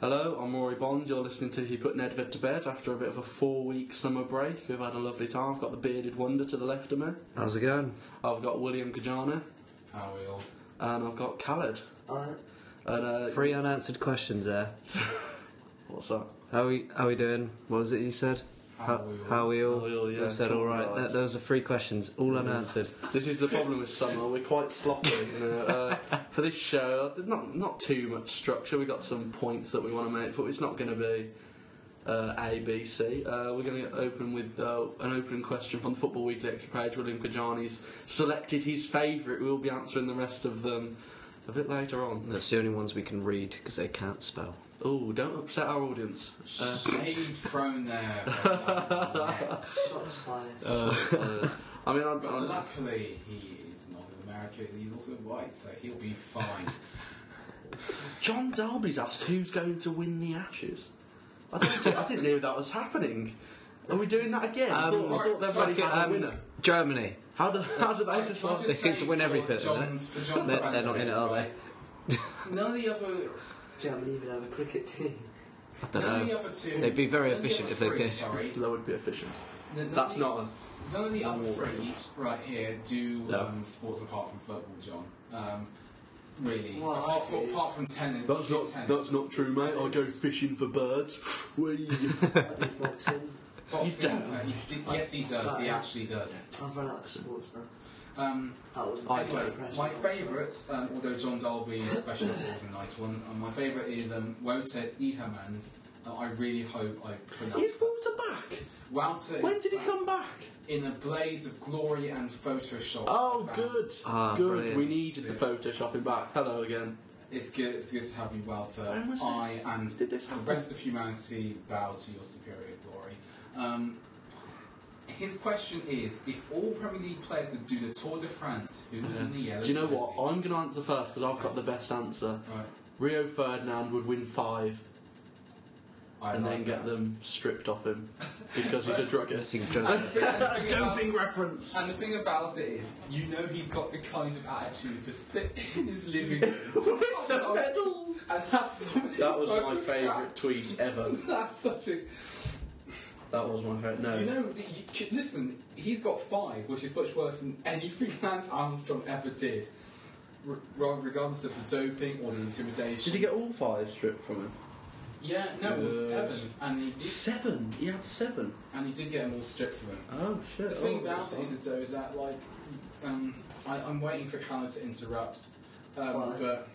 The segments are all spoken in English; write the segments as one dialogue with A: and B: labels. A: Hello, I'm Rory Bond. You're listening to He Put Nedved to Bed after a bit of a four week summer break. We've had a lovely time. I've got the bearded wonder to the left of me.
B: How's it going?
A: I've got William Kajana
C: How we all?
A: and I've got Khaled.
C: Alright.
A: And uh,
B: Three unanswered questions there.
A: what's that?
B: How we how we doing? What was it you said?
C: How we all?
B: How we all?
A: How we all, yeah.
B: You said
A: Come
B: all
A: on,
B: right.
A: guys.
B: That, those are three questions, all unanswered.
A: This is the problem with summer. We're quite sloppy. You know. uh, for this show, there's not not too much structure. We got some points that we want to make, but it's not going to be uh, A, B, C. Uh, we're going to open with uh, an opening question from the Football Weekly Extra page. William Kajani's selected his favourite. We'll be answering the rest of them a bit later on.
B: That's the only ones we can read because they can't spell.
A: Oh, don't upset our audience. Uh,
C: Shade thrown there. by Zach Barnett.
A: uh, I mean, I,
C: but
A: I,
C: luckily, he is not an American. He's also white, so he'll be fine.
A: John Darby's asked who's going to win the Ashes. I, don't, I didn't know that was happening. Are we doing that again? I
B: Um,
A: thought, I thought they've already
C: fuck it,
A: had a
C: um,
A: winner.
B: Germany.
A: How do, how do they
C: Like,
A: just
C: I'll
A: like
C: just
B: They seem to
C: say
B: win
C: for
B: everything, don't they?
C: John's, for John's
B: They're, they're not in
C: benefit,
B: it, are they?
C: right, None of the other,
D: Germany even have a cricket team.
B: I don't
C: none of the
B: know.
C: other two.
B: They'd be very
C: none of the
B: efficient
C: other
B: if they
C: three,
B: did.
C: Sorry,
A: That would be efficient.
C: None of
A: That's
C: the-
A: not a.
C: None of the other three right here do
B: No.
C: um, sports apart from football, John. Um, really,
D: Well,
C: apart, from,
D: I-
C: apart from tennis.
A: That's
C: you do
A: not,
C: tennis.
A: that's not true, mate. I go fishing for birds. Whee.
D: I do boxing.
C: Boxing,
A: You don't.
C: tennis. He did- yes, he does. He actually does.
D: I've run out of sports now.
C: Um,
D: That was
A: I
C: anyway,
D: don't.
C: my favourite, um, although John Dalby's special was a nice one, um, my favourite is um, Wouter Ihamans. Uh, I really hope I
A: He's
C: pronounced that.
A: Walter back.
C: Wouter.
A: When
C: is
A: did he
C: back
A: come back?
C: In a blaze of glory and Photoshop.
A: Oh,
C: Back.
A: good.
B: Ah,
A: good.
B: brilliant.
A: We needed the photoshopping back. Hello again.
C: It's good. It's good to have you, Walter.
A: When was
C: I
A: this?
C: and
A: Did this
C: the
A: happen?
C: rest of humanity bow to your superior glory. Um, his question is: If all Premier League players would do the Tour de France, who would win the yellow
A: Do you know what?
C: jersey?
A: I'm going to answer first because I've got the best answer.
C: Right.
A: Rio Ferdinand would win five
C: I
A: and
C: like
A: then
C: that.
A: get them stripped off him because he's a druggist.
B: Missing
C: And
B: Germany.
C: the thing- and the thing about-
A: reference.
C: And the thing about it is, you know he's got the kind of attitude to sit in his living room have some- and have something.
A: That was my favourite tweet ever.
C: That's such a.
A: That was my favourite. No.
C: You know, th- you, c- listen, he's got five, which is much worse than anything Lance Armstrong ever did, re- ra- regardless of the doping or the intimidation.
A: did he get all five stripped from him?
C: Yeah, no, it was
A: Uh,
C: seven, and he did,
A: Seven. He had seven.
C: and he did get them all stripped from him.
A: Oh shit!
C: The thing
A: Oh,
C: about it
A: that's
C: is, though, is that like, um, I, I'm waiting for Callum to interrupt, um,
D: Why?
C: but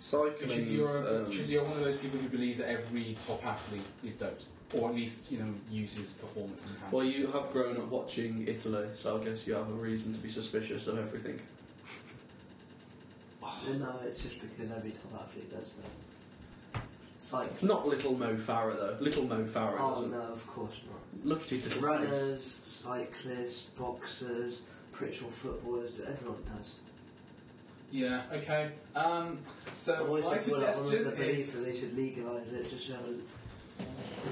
A: cycling.
C: because you're a-
A: um,
C: because you're one of those people who believes that every top athlete is doped, or at least you know uses performance. enhancers.
A: well, you have grown up watching Italy, so I guess you have a reason to be suspicious of everything.
D: No, it's just because every top athlete does that. Cyclists.
A: Not little Mo Farah though. Little Mo Farah
D: Oh
A: doesn't.
D: no, of course not.
A: Look at his little face.
D: Runners, cyclists, boxers, pretty sure footballers, everyone does.
C: Yeah. Okay. Um,
D: I
C: so
D: always
C: my
D: think, well, I'm of
C: suggestion
D: the
C: is.
D: belief that they should legalise it just to have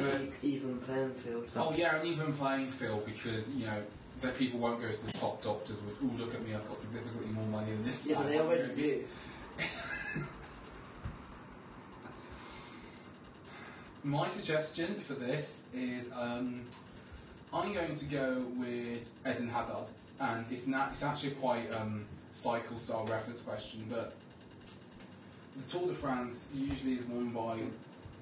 C: Right.
D: an even playing field.
C: Oh yeah, and even playing field because you know the people won't go to the top doctors with. Oh look at me, I've got significantly more money than this.
D: Yeah,
C: man."
D: they already do.
C: My suggestion for this is um, I'm going to go with Eden Hazard, and it's na- it's actually quite um, cycle style reference question, but the Tour de France usually is won by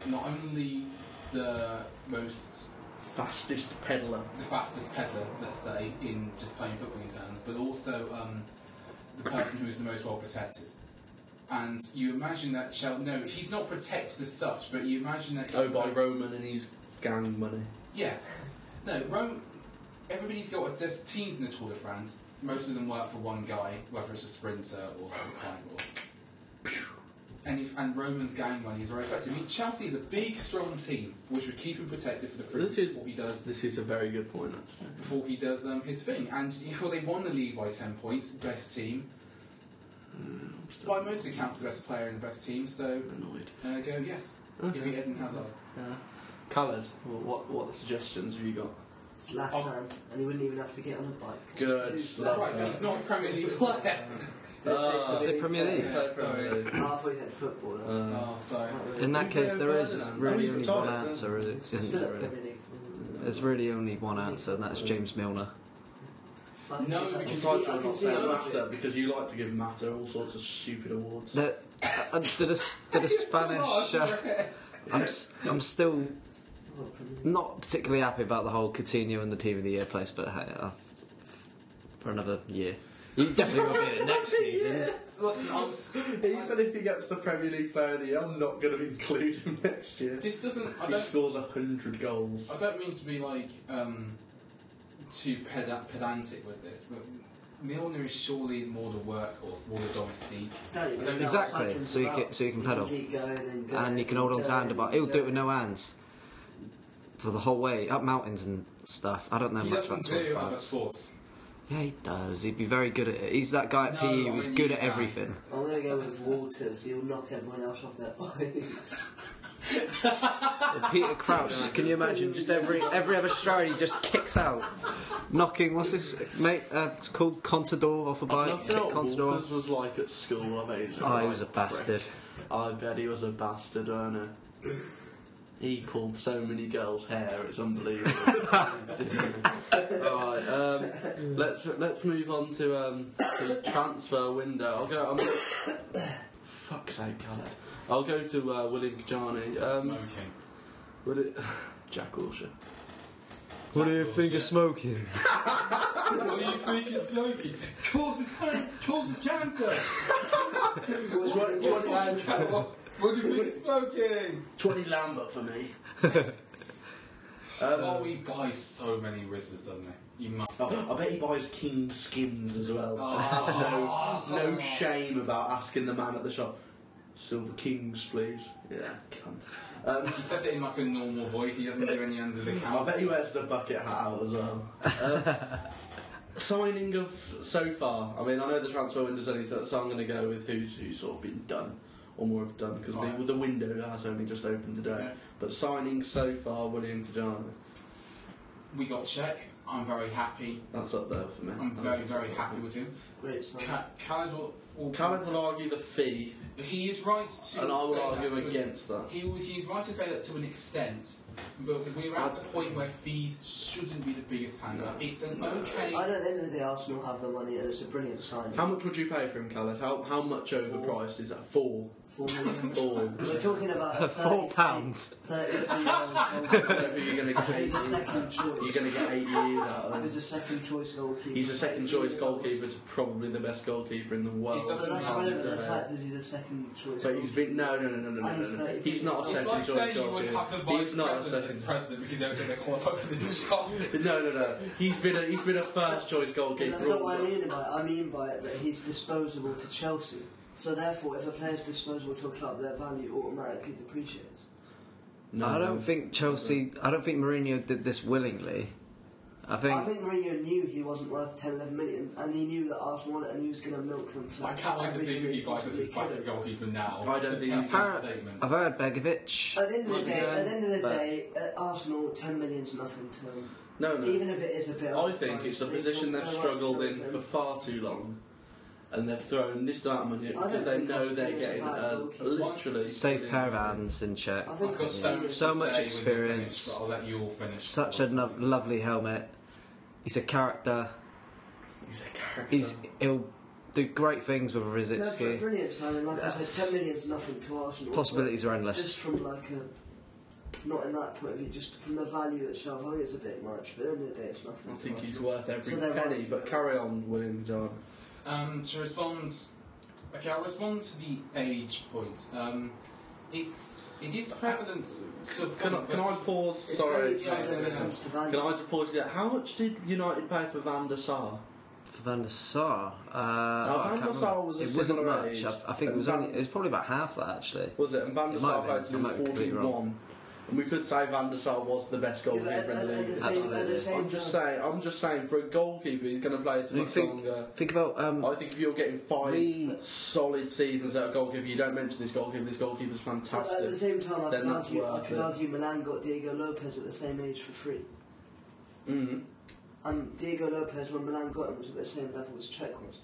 C: not only the most
A: Fastest peddler.
C: the fastest peddler, let's say, in just playing footballing terms, but also um, the person who is the most well protected. And you imagine that Chel no, he's not protected as such, but you imagine that
A: Oh, by Roman and his gang money.
C: yeah, no, Rome. Everybody's got there's teams in the Tour de France. Most of them work for one guy, whether it's a sprinter or a climber. And, if, and Roman's gang money is very effective. I mean, Chelsea is a big, strong team, which would keep him protected for the free.
A: This is-
C: what he does
A: This is a very good point, actually.
C: before he does um, his thing. And well, they won the league by 10 points, best team.
A: Mm.
C: By most accounts, the best player and the best team, so
A: annoyed.
C: uh, go yes. Give me Eden Hazard.
A: Yeah. Khaled, wh- what what suggestions have you got?
C: Oh.
D: Slatan, and he wouldn't even have to get on a bike.
A: Good
D: Just do
A: Love
C: right,
A: that.
C: but he's not a Premier League player.
A: Ah.
B: Is it Premier League?
C: Yeah, sorry.
D: Halfway said football.
A: Uh,
D: then.
A: uh,
C: Oh, sorry.
D: Not really.
B: In that
A: Yeah,
B: case, there is
A: Ferdinand. Oh,
B: really
A: he's
B: only
A: retired,
B: one
A: yeah.
B: answer, is it?
D: It's
B: isn't
D: still
B: there?
D: at
B: Really?
D: Premier League. Mm.
B: There's really only one answer, and that's James Milner.
D: But I
C: No,
A: Oh,
D: think
C: we
D: I
C: can
D: see-
C: try
D: I
C: to
D: can
C: not
D: see
C: say
D: how much
A: Matter,
D: it-
A: because you like to give Matter all sorts of stupid awards.
B: The, uh, did a did a Spanish? Uh, I'm s- I'm still
D: Oh, Premier League.
B: not particularly happy about the whole Coutinho and the team of the year place, but hey, uh, for another year. You definitely won't be in it next season.
C: Listen, I'm, s-
A: Even if he gets the Premier League Player of the Year, I'm not going to include him next year.
C: this doesn't. I
A: He
C: don't.
A: scores a hundred goals.
C: I don't mean to be like um, too peda- pedantic with this, but Milner is surely more the workhorse, more the domestique.
D: Tell you, there's
B: Exactly,
D: no options
B: so you
D: about-
B: can- so you can pedal.
D: keep going and going
B: And you can hold on to
D: going
B: Handlebar.
D: and
B: He'll do it
D: going.
B: with no hands for the whole way up mountains and stuff. I don't know
C: he
B: much about
C: doesn't do other
B: sports.
C: sports.
B: Yeah, he does. He'd be very good at it. He's that guy at
C: No,
B: PE
C: I
B: who's
C: mean,
B: good
C: you
B: at
C: can.
B: everything.
D: I'm gonna go with Walters. He'll knock everyone else off their bikes.
B: Peter Crouch. Can you imagine? Just every every other stride he just kicks out, knocking. What's this mate uh, it's called? Contador off a
A: I'd
B: bike.
A: love to
B: Kick
A: know what
B: Contador.
A: Walters was like at school. I bet he's
B: Oh, he was a
A: right.
B: bastard.
A: I bet he was a bastard, I know. He pulled so many girls' hair; it's unbelievable. All right, um, let's let's move on to um, the transfer window. I'll go. I'm fuck's sake, God. I'll go to uh, William Kajani. Um,
C: Smoking.
A: would it, Jack Wilshere.
B: What do you think of smoking?
C: what do you think is smoking? Causes, can- causes cancer! what do you think is smoking?
A: Twenty Lambert for me. Um,
C: oh, he buys so many wizards, doesn't he? You must.
A: I bet he buys king skins as well.
C: Oh.
A: no, no shame about asking the man at the shop, silver kings, please. Yeah, cunt. Um,
C: He says it in like a normal voice, he doesn't do any under the
A: I
C: counter.
A: bet he wears the bucket hat out as well. Um, signing of so far. I mean, I know the transfer window's only so so I'm going to go with who's who's sort of been done or more have done because the,
C: Right.
A: the window has only just opened today.
C: Yeah.
A: But signing so far, William Kajana.
C: We got check. I'm very happy.
A: That's up there for me.
C: I'm very, very happy with him.
D: Great sign.
C: Ca- Khaled will, will
A: Khaled will argue the fee,
C: He is right to
A: and I
C: say
A: will
C: that
A: argue
C: to-
A: against that.
C: He was, he's right to say that to an extent, but we're at the point where fees shouldn't be the biggest hanger. It's an okay.
D: I don't at the end of the day Arsenal have the money and it's a brilliant sign.
A: How much would you pay for him, Khaled? How how much overpriced is that? Four.
D: Four million.
A: Four.
D: We're talking about a
B: Four
D: 33
B: pounds.
D: 33 -year-old goalkeeper.
A: Whatever you're going to
D: He's
A: get,
D: a second
A: you're
D: choice.
A: going to get eight years out of
D: He
A: him.
D: was a second choice goalkeeper.
A: He's a second choice goalkeeper to probably the best goalkeeper in the world.
C: He
D: But
C: doesn't
D: that's
C: have
D: relevant to the
A: Yeah.
D: fact is he's a second choice.
A: But he's been no no no no no no. no. He's not a
C: It's
A: second
C: like
A: choice
C: saying you would have
A: goalkeeper.
C: to vice
A: He's not a
C: president as
A: second.
C: president because they were going to qualify for this job.
A: No no no. He's been a he's been a first choice
D: And
A: goalkeeper.
D: that's not
A: all
D: what I
A: the-
D: mean by it. I mean by it that he's disposable to Chelsea. So therefore, if a player's disposable to a club, their value automatically depreciates.
A: No,
B: I don't think Chelsea. I don't think Mourinho did this willingly. I think.
D: I think Mourinho knew he wasn't worth 10, 11 million, and he knew that Arsenal wanted, and he was going to milk them.
C: I can't wait to see who he buys as his backup
D: At
C: goalkeeper now.
A: I don't
C: to
A: think
C: tell
A: he's-
C: that statement.
B: I've heard Begovic.
D: the end of the day, at the end of the
B: But-
D: day, at Arsenal, 10 million's nothing to them.
A: no no.
D: Even if it is a bit.
A: I think it's a position they've struggled in for far too long, and they've thrown this amount of money at it
D: I don't
A: because they
D: think
A: know
D: that's
A: they're
D: really
A: getting
D: bad
A: uh,
D: goalkeeping.
A: literally
B: Safe pair of hands in check.
D: I think
C: I've got so much,
B: So
C: to
B: much
C: say when
B: experience.
C: You're finished, but I'll let you all finish.
B: Such a no- lovely helmet. He's a character.
A: He's a character.
B: He's he'll do great things with
D: That's a
B: Rositsky.
D: brilliant signing. Like I said, 10 million's nothing to Arsenal.
B: Possibilities are
D: But Just
B: endless.
D: from like a. Not in that point of view, just from the value itself, I think it's a bit much, but at the end of the day, it's nothing.
A: I
D: to
A: think
D: Arsenal.
A: he's worth every
D: So they're
A: penny.
D: right.
A: But carry on, William John.
C: Um, to respond, okay, I'll respond to the age point. Um, it's it is prevalent. To
A: Can I, can I pause?
D: It's
A: Sorry.
D: very bad when it comes to value.
A: Can I just pause you? How much did United pay for Van der Sar?
B: For Van der Sar. Uh, I
A: Van
B: can't
A: der
B: remember.
A: Sar was a
B: it wasn't
A: similar
B: much.
A: age.
B: I, I think it was
A: Van-
B: only. It was probably about half that actually.
A: Was it? And Van der
B: It might
A: Sar
B: have been.
A: played
B: I
A: till
B: might
A: he was
B: be completely wrong.
A: 41. And we could say Van der Sar was the best
D: Yeah, but
A: goalkeeper
D: at,
A: in the
D: at- at the
A: league.
D: same, at
B: Absolutely.
D: the same
A: I'm just
D: time,
A: saying. I'm just saying. For a goalkeeper, he's going to play too
B: You
A: much
B: think-
A: longer.
B: Think about um,
A: I think if you're getting five
B: We-
A: solid seasons at a goalkeeper, you don't mention this goalkeeper. This goalkeeper's
D: but at the
A: fantastic.
D: same time, I
A: Then
D: could,
A: that's
D: argue, I
A: worth
D: could
A: it.
D: argue Milan got Diego Lopez at the same age for free.
A: Mm.
D: And Diego Lopez, when Milan got him, was at the same level as Czech was.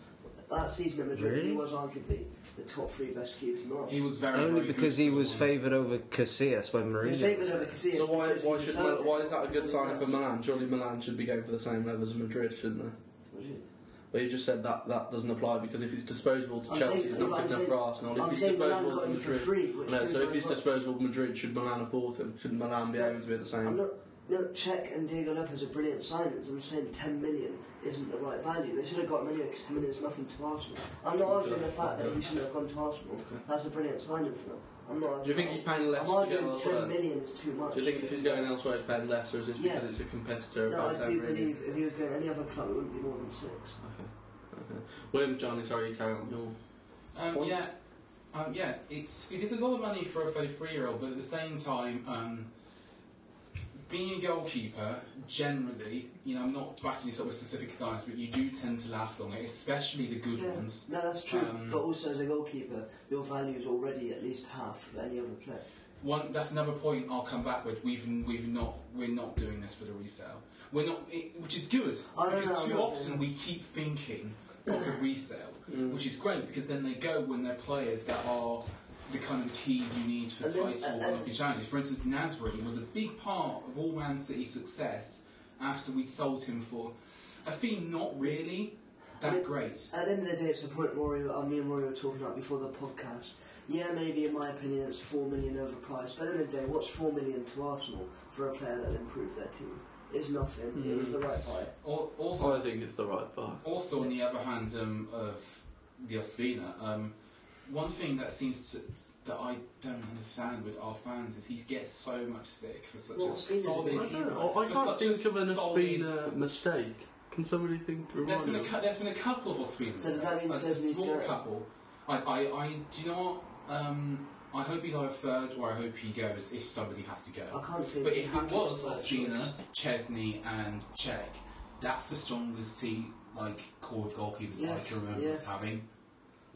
D: that season at Madrid, he
B: Really?
D: was arguably the top three best keepers in the world.
C: He was very
B: Only
C: very
B: because
C: good
B: he
C: for
B: was
C: one.
B: favoured over Casillas when
D: He
B: Mourinho.
D: was favoured
B: was
D: over
B: there.
D: Casillas
A: So why,
D: because he
A: why,
D: was
A: should,
D: talented.
A: why is that a good sign for Milan? Surely Milan should be going for the same levels as Madrid, shouldn't they?
D: Would you?
A: Well, you just said that that doesn't apply because if it's disposable to
D: I'm
A: Chelsea,
D: saying-
A: it's not good
D: I'm
A: enough
D: saying-
A: for Arsenal. If
D: I'm
A: it's
D: saying Milan
A: disposable
D: got
A: to
D: him for
A: Madrid,
D: free, which
A: no.
D: proves
A: So if
D: I'm
A: it's
D: right.
A: disposable to Madrid, should Milan have bought him? Should Milan be able to be at the
D: I'm
A: same?
D: not. No, Czech and Diego Lopez are brilliant signings. I'm saying 10 million isn't the right value. They should have got Mourinho because 10 million is nothing to Arsenal. I'm not arguing the fact that he shouldn't have gone to Arsenal. That's a brilliant signing for them. I'm not.
A: Do you think he's paying less
D: I'm
A: to
D: arguing
A: go
D: 10
A: elsewhere?
D: million is too much.
A: Do you think if he's going elsewhere, he's paying less, or is this because
D: Yeah.
A: it's a competitor?
D: No,
A: about
D: I
A: Sam
D: do
A: Mourinho?
D: believe if he was going to any other club, it wouldn't be more than six.
A: William Johnny, sorry, you carry on. You're-
C: Um,
A: Point.
C: yeah, um, yeah. It's it is a lot of money for a 33 year old, but at the same time, um, being a goalkeeper generally, you know, I'm not backing sort of specific times, but you do tend to last longer, especially the good
D: Yeah.
C: ones.
D: No, that's true.
C: Um,
D: but also as a goalkeeper, your value is already at least half of any other player.
C: One that's another point I'll come back with. We've we've not we're not doing this for the resale. We're not, it, which is good
D: I don't
C: because
D: know,
C: too
D: Oh, no,
C: often
D: no.
C: we keep thinking of the resale,
D: Mm.
C: which is great because then they go when they're players that are the kind of keys you need for
D: And then-
C: title
D: and-
C: and,
D: and-
C: the challenges. For instance, Nasri was a big part of all Man City's success after we'd sold him for a fee not really that
D: And it-
C: great.
D: At the end of the day, it's the point Rory, uh, me and Rory were talking about before the podcast. Yeah, maybe in my opinion it's four million overpriced, but at the end of the day, what's four million to Arsenal for a player that improved their team? It's nothing. It was the right buy.
C: Al- Also,
A: I think it's the right buy.
C: Also, on the other hand, um, of Yospina, um, one thing that seems to, that I don't understand with our fans is he gets so much stick for such
D: Well,
C: a
D: Ospina's
A: I,
C: solid.
D: great.
A: don't know. I
C: for
A: can't
C: such a
A: think of an
C: solid-
A: Espina mistake. Can somebody think?
C: There's
A: remind
C: been, a,
A: me?
C: cou- there's been a couple of Ospinas.
D: So does that mean
C: a,
D: Chesney's
C: small
D: going?
C: couple. I, I, I, do you know what? Um, I hope he's either third or I hope he goes if somebody has to
D: I
C: go.
D: can't say.
C: But
D: that
C: if
D: I'm
C: it
D: happy
C: was
D: with that choice.
C: Ospina, Chesney, and Czech, that's the strongest team, like, core of goalkeepers
D: Yeah,
C: I can remember
D: yeah.
C: us having.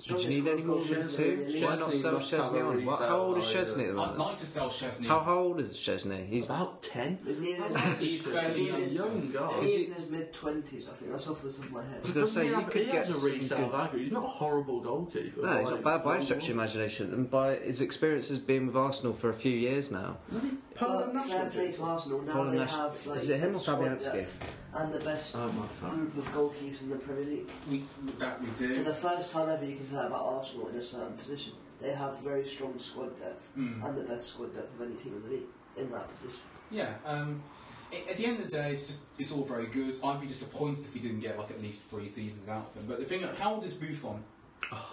B: Did you need any more than
D: Strongest
B: two?
D: goalkeeper in the
B: Why
D: league.
B: not
A: Chesney
B: sell
A: must have
B: Chesney
A: a
B: on? What,
A: resale
B: how old is
A: value.
B: Chesney at the
C: I'd
B: moment?
C: like to sell Chesney.
B: How old is Chesney? He's
A: about ten.
D: He's near-
C: He's fairly
D: young.
A: young guy.
B: Oh,
D: He is in his mid twenties, I think. That's off the top of my head.
B: I was going to say, you
A: Doesn't he
B: could
A: have- he
B: get
A: has
B: some
A: a resale
B: good-
A: value. He's not a horrible goalkeeper.
B: No, he's
A: like,
B: not bad by any
A: one-
B: stretch of imagination, and by his experiences being with Arsenal for a few years now.
A: Poland
D: But fair
A: national
D: play
A: team.
D: to Arsenal. Now
B: Poland
D: they
B: national-
D: have like
B: is it him or
D: squad
B: Fabianski?
D: depth And the best
B: Oh my fuck.
D: group of goalkeepers in the Premier League.
C: We, that we
D: For
C: do.
D: the first time ever, you can say that about Arsenal in a certain position. They have very strong squad depth
C: Mm.
D: and the best squad depth of any team in the league in that position.
C: Yeah. Um, a- at the end of the day, it's just it's all very good. I'd be disappointed if we didn't get like at least three seasons out of him. But the thing, how old is Buffon?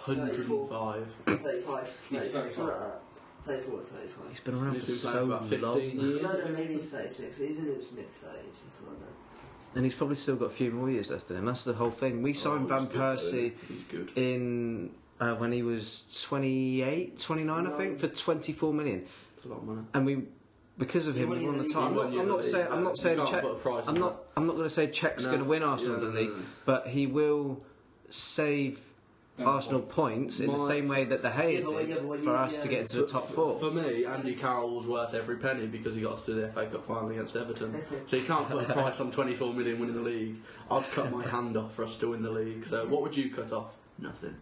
A: 105.
D: 35,
C: He's
D: 36, something like that. 34 or 35.
B: He's been around for
A: He's been
B: so
A: playing about 15
B: long,
A: years.
D: No, no, maybe he's 36. He's in his mid 30s, something like that.
B: and he's probably still got a few more years left in him. That's the whole thing. We
A: Oh, he's
B: signed Van
A: good, though,
B: Persie
A: He's good.
B: in uh, when he was 28, 29, I think, for 24 million,
A: It's a lot of money.
B: and we because of him
D: He
B: we won
D: won
B: the
D: the
B: title. I'm not,
D: league.
A: He won
B: I'm
A: the
B: not
A: league.
B: saying I'm
A: You
B: not saying
A: can't
B: Czech,
A: put a price on
B: I'm not I'm not going to say Czech's
A: No,
B: going to win Arsenal
A: yeah,
B: the
A: no,
B: league,
A: no, no.
B: but he will save
C: Then
B: Arsenal
C: what?
B: points in
A: My-
B: the same way that the Hay
D: Yeah, but when- yeah,
B: did
D: but when
B: for
D: you-
B: us
D: yeah.
B: to get into the top four.
A: For me, Andy Carroll was worth every penny because he got us to the FA Cup final against Everton. So you can't put a price on 24 million winning the league. I'd cut my hand off for us to win the league. So what would you cut off? Nothing.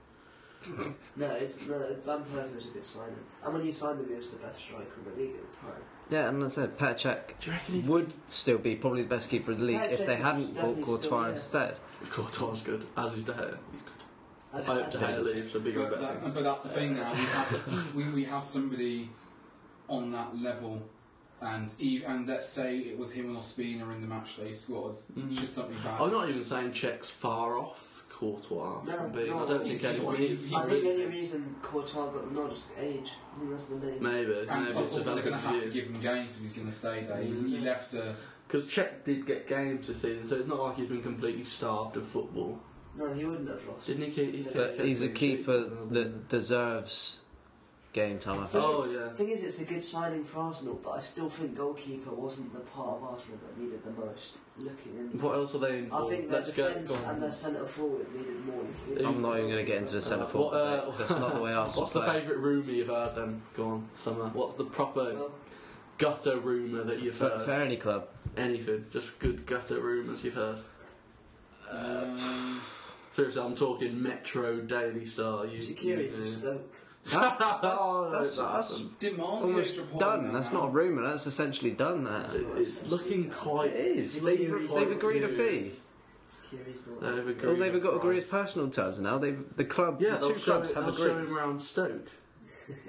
D: No, it's, no Van Persie was a good signing. And when you signed him, he was the best striker in the league at the time.
B: Yeah, and that's it. Petr Cech
A: Do you reckon he's
B: would still be probably the best keeper of the league
D: Petr
B: if they
D: Cech
B: hadn't
D: is
B: bought
D: definitely still
B: Courtois
D: there.
B: instead.
A: Courtois good, as is De Gea. He's good. I
D: And-
A: hope
D: and-
A: De Gea leaves for bigger and
C: But,
A: better
C: that,
A: things.
C: but that's the thing now. We have, we, we have somebody on that level, and e- and let's say it was him and Ospina in the matchday squad.
B: Mm.
C: Should something bad.
A: I'm not even saying Czech's far off Courtois.
D: No,
A: from being-
D: no,
A: I don't
D: he's-
A: think anyone
C: he's-
A: is.
D: I think the only reason Courtois got the nod is age. I think that's the main.
A: Maybe,
C: and
A: maybe
C: plus,
A: it's
C: also they're going to
A: development
C: have to
A: view.
C: give him games if he's going to stay there. He- He
D: Mm.
C: left a.
A: Because Czech did get games this season, so it's not like he's been completely starved of football.
D: No, he wouldn't have lost.
A: Didn't he keep- he
D: Yeah.
A: kept-
B: But he's a
A: Cech
B: keeper
A: leaves, it's-
B: that deserves game time. I think.
A: Oh
D: The
A: yeah.
D: thing is, it's a good signing for Arsenal, but I still think goalkeeper wasn't the part of Arsenal that needed the most looking in.
A: What else are they in for?
D: I think their
A: Let's go.
D: defence
A: go on.
D: and their centre forward needed more.
B: I'm not even going to get into the centre
A: What,
B: forward.
A: Oh, uh,
B: debate, 'cause that's not the way Arsenal
A: What's the
B: play.
A: favourite rumour you've heard then? Go on, Summer. What's the proper
D: Well,
A: gutter rumour that you've
B: For,
A: heard?
B: for any club, Uh,
A: Anything, just good gutter rumours you've heard.
C: Um,
A: Seriously, I'm talking Metro Daily Star. You,
D: Security
A: you-
D: to Stoke.
B: That- that's-
A: Oh,
B: that's-
A: that
B: that's
A: happened.
C: Demarcio
B: almost done. That's not a rumour. That's essentially done. That
A: It- it's looking quite.
B: it is.
A: looking
B: They've,
A: quite
B: they've agreed a
A: good.
B: fee.
D: Security's not.
A: They've agreed.
B: All they've
A: a
B: got to agree
A: price.
B: is personal terms now. They've the club.
A: Yeah,
B: the
A: they'll
B: two
A: show,
B: clubs
A: it,
B: have
A: they'll show
B: agreed.
A: him around Stoke.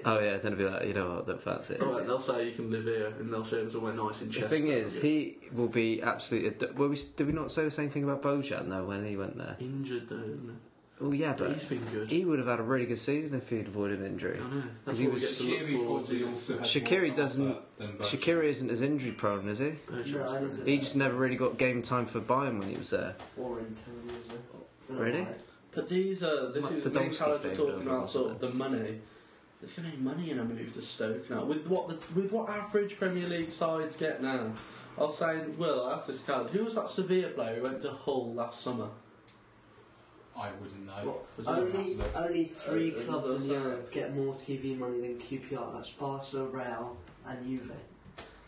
B: Oh yeah, then it'll be like you know what, that- that's it.
A: All right, they'll say you can live here, and they'll show him somewhere nice in
B: The
A: Chester.
B: thing is, he will be absolutely. Were we, did we not say the same thing about Bojan though when he went there?
A: injured though. isn't
B: Oh yeah,
A: he?
B: but
A: he's been good.
B: he would have had a really good season if he'd avoided an
A: I
B: injury.
A: know. That's
B: he
A: what we get
B: was-
A: to look
C: Shakiri
A: forward
C: probably
A: to.
C: also has
B: Shakiri
C: more to
B: doesn't-
C: offer Than Bojan.
B: Shakiri isn't as injury prone, is he?
D: No, I
A: Bojan's
D: didn't.
B: He just never really got game time for Bayern when he was there.
D: Or in terms of.
B: Really?
A: But these are this
B: Matt
A: is the main
B: Podolski
A: talent
B: favoured
A: talking
B: over
A: about
B: us,
A: sort of
B: isn't
A: the money. There's going to be money in a move to Stoke now. With what the with what average Premier League sides get now, I was saying, Will, I asked this card. Who was that Sevilla player who went to Hull last summer?
C: I wouldn't know.
A: What?
D: Only, only three
A: Uh,
D: clubs in
A: another
D: Europe get more TV money than QPR. That's Barca, Real, and Juve.